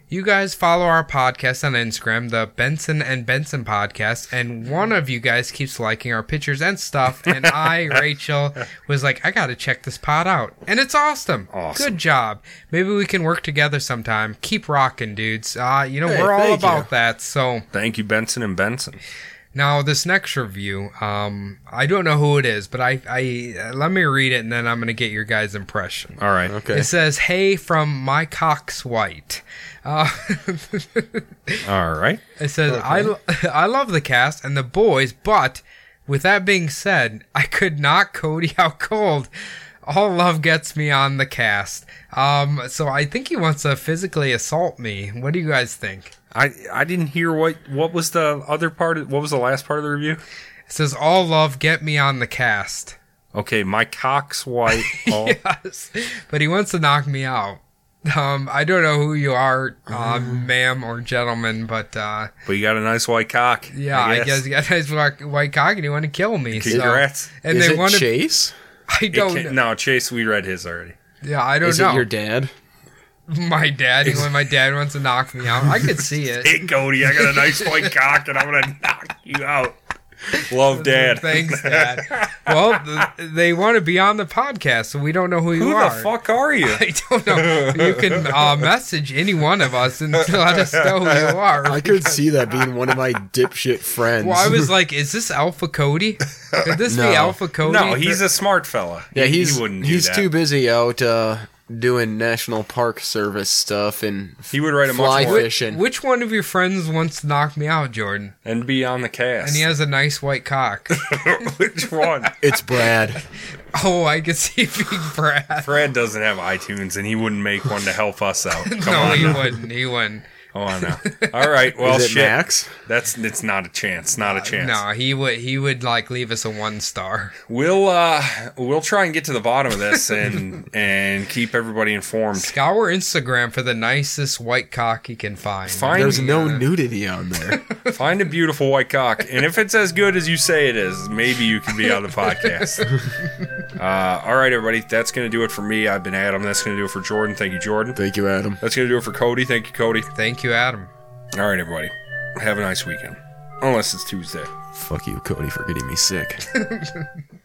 Speaker 3: You guys follow our podcast on Instagram, the Benson and Benson podcast, and one of you guys keeps liking our pictures and stuff. And I, Rachel, was like, I gotta check this pod out. And it's awesome.
Speaker 5: Awesome.
Speaker 3: Good job. Maybe we can work together sometime. Keep rocking, dudes. Uh, you know,
Speaker 4: Hey,
Speaker 3: we're all
Speaker 4: thank you.
Speaker 3: about that. So
Speaker 5: Thank you, Benson and Benson.
Speaker 3: now this next review, um, I don't know who it is, but I, I uh, let me read it and then I'm gonna get your guys' impression.
Speaker 5: All right.
Speaker 4: Okay.
Speaker 3: It says, "Hey from my cock's white." Uh,
Speaker 5: All right.
Speaker 3: it says, "I I love the cast and the boys, but with that being said, I could not Cody out cold. All love gets me on the cast. Um, so I think he wants to physically assault me. What do you guys think?"
Speaker 5: I I didn't hear what what was the other part. Of, what was the last part of the review?
Speaker 3: It says, "All love get me on the cast."
Speaker 5: Okay, my cock's white. all-
Speaker 3: Yes, but he wants to knock me out. Um, I don't know who you are, uh, ma'am or gentleman, but uh,
Speaker 5: But you got a nice white cock.
Speaker 3: Yeah, I guess, you got guys white, white cock and you want to kill me. so-
Speaker 5: Congrats.
Speaker 3: And
Speaker 4: is
Speaker 3: they
Speaker 4: it
Speaker 3: want to.
Speaker 4: Chase?
Speaker 3: I
Speaker 5: It
Speaker 3: don't.
Speaker 5: can,
Speaker 3: know.
Speaker 5: no, Chase, we read his already.
Speaker 3: Yeah, I don't
Speaker 4: Is
Speaker 3: know.
Speaker 4: it your dad?
Speaker 3: my dad. When my dad wants to knock me out, I could see it.
Speaker 5: Hey, Cody, I got a nice white cock, and I'm gonna knock you out. Love, Dad.
Speaker 3: Thanks, Dad. well, th- they want to be on the podcast, so we don't know who you
Speaker 5: Who
Speaker 3: are.
Speaker 5: the fuck are you?
Speaker 3: I don't know. You can uh, message any one of us and let us know who you are.
Speaker 4: I could see that being one of my dipshit friends.
Speaker 3: well, I was like, "Is this Alpha Cody? Could this
Speaker 4: No.
Speaker 3: be Alpha Cody?"
Speaker 5: No, he's a smart fella.
Speaker 4: yeah, he's
Speaker 5: he wouldn't. Do
Speaker 4: he's
Speaker 5: that.
Speaker 4: too busy out uh, doing National Park Service stuff and
Speaker 5: He would write a
Speaker 4: fly
Speaker 5: much more
Speaker 4: fishing.
Speaker 3: Which one of your friends wants to knock me out, Jordan?
Speaker 5: and be on the cast.
Speaker 3: And he has a nice white cock.
Speaker 5: Which one?
Speaker 4: it's Brad.
Speaker 3: Oh, I could see Big Brad.
Speaker 5: Brad doesn't have iTunes, and he wouldn't make one to help us out. Come
Speaker 3: no,
Speaker 5: on,
Speaker 3: he
Speaker 5: now.
Speaker 3: wouldn't. He wouldn't.
Speaker 5: come on now. All right, well,
Speaker 4: is it
Speaker 5: shit.
Speaker 4: Max?
Speaker 5: That's it's not a chance. Not a chance.
Speaker 3: Uh, No, he would. He would like leave us a one star.
Speaker 5: We'll uh, we'll try and get to the bottom of this and and keep everybody informed.
Speaker 3: Scour Instagram for the nicest white cock he can find.
Speaker 5: Find
Speaker 4: There's no
Speaker 5: uh,
Speaker 4: nudity on there.
Speaker 5: Find a beautiful white cock, and if it's as good as you say it is, maybe you can be on the podcast. Uh, all right, everybody, that's going to do it for me. I've been Adam. That's going to do it for Jordan. Thank you, Jordan.
Speaker 4: Thank you, Adam.
Speaker 5: That's going to do it for Cody. Thank you, Cody.
Speaker 3: Thank you, Adam.
Speaker 5: All right, everybody, have a nice weekend. Unless it's Tuesday.
Speaker 4: Fuck you, Cody, for getting me sick.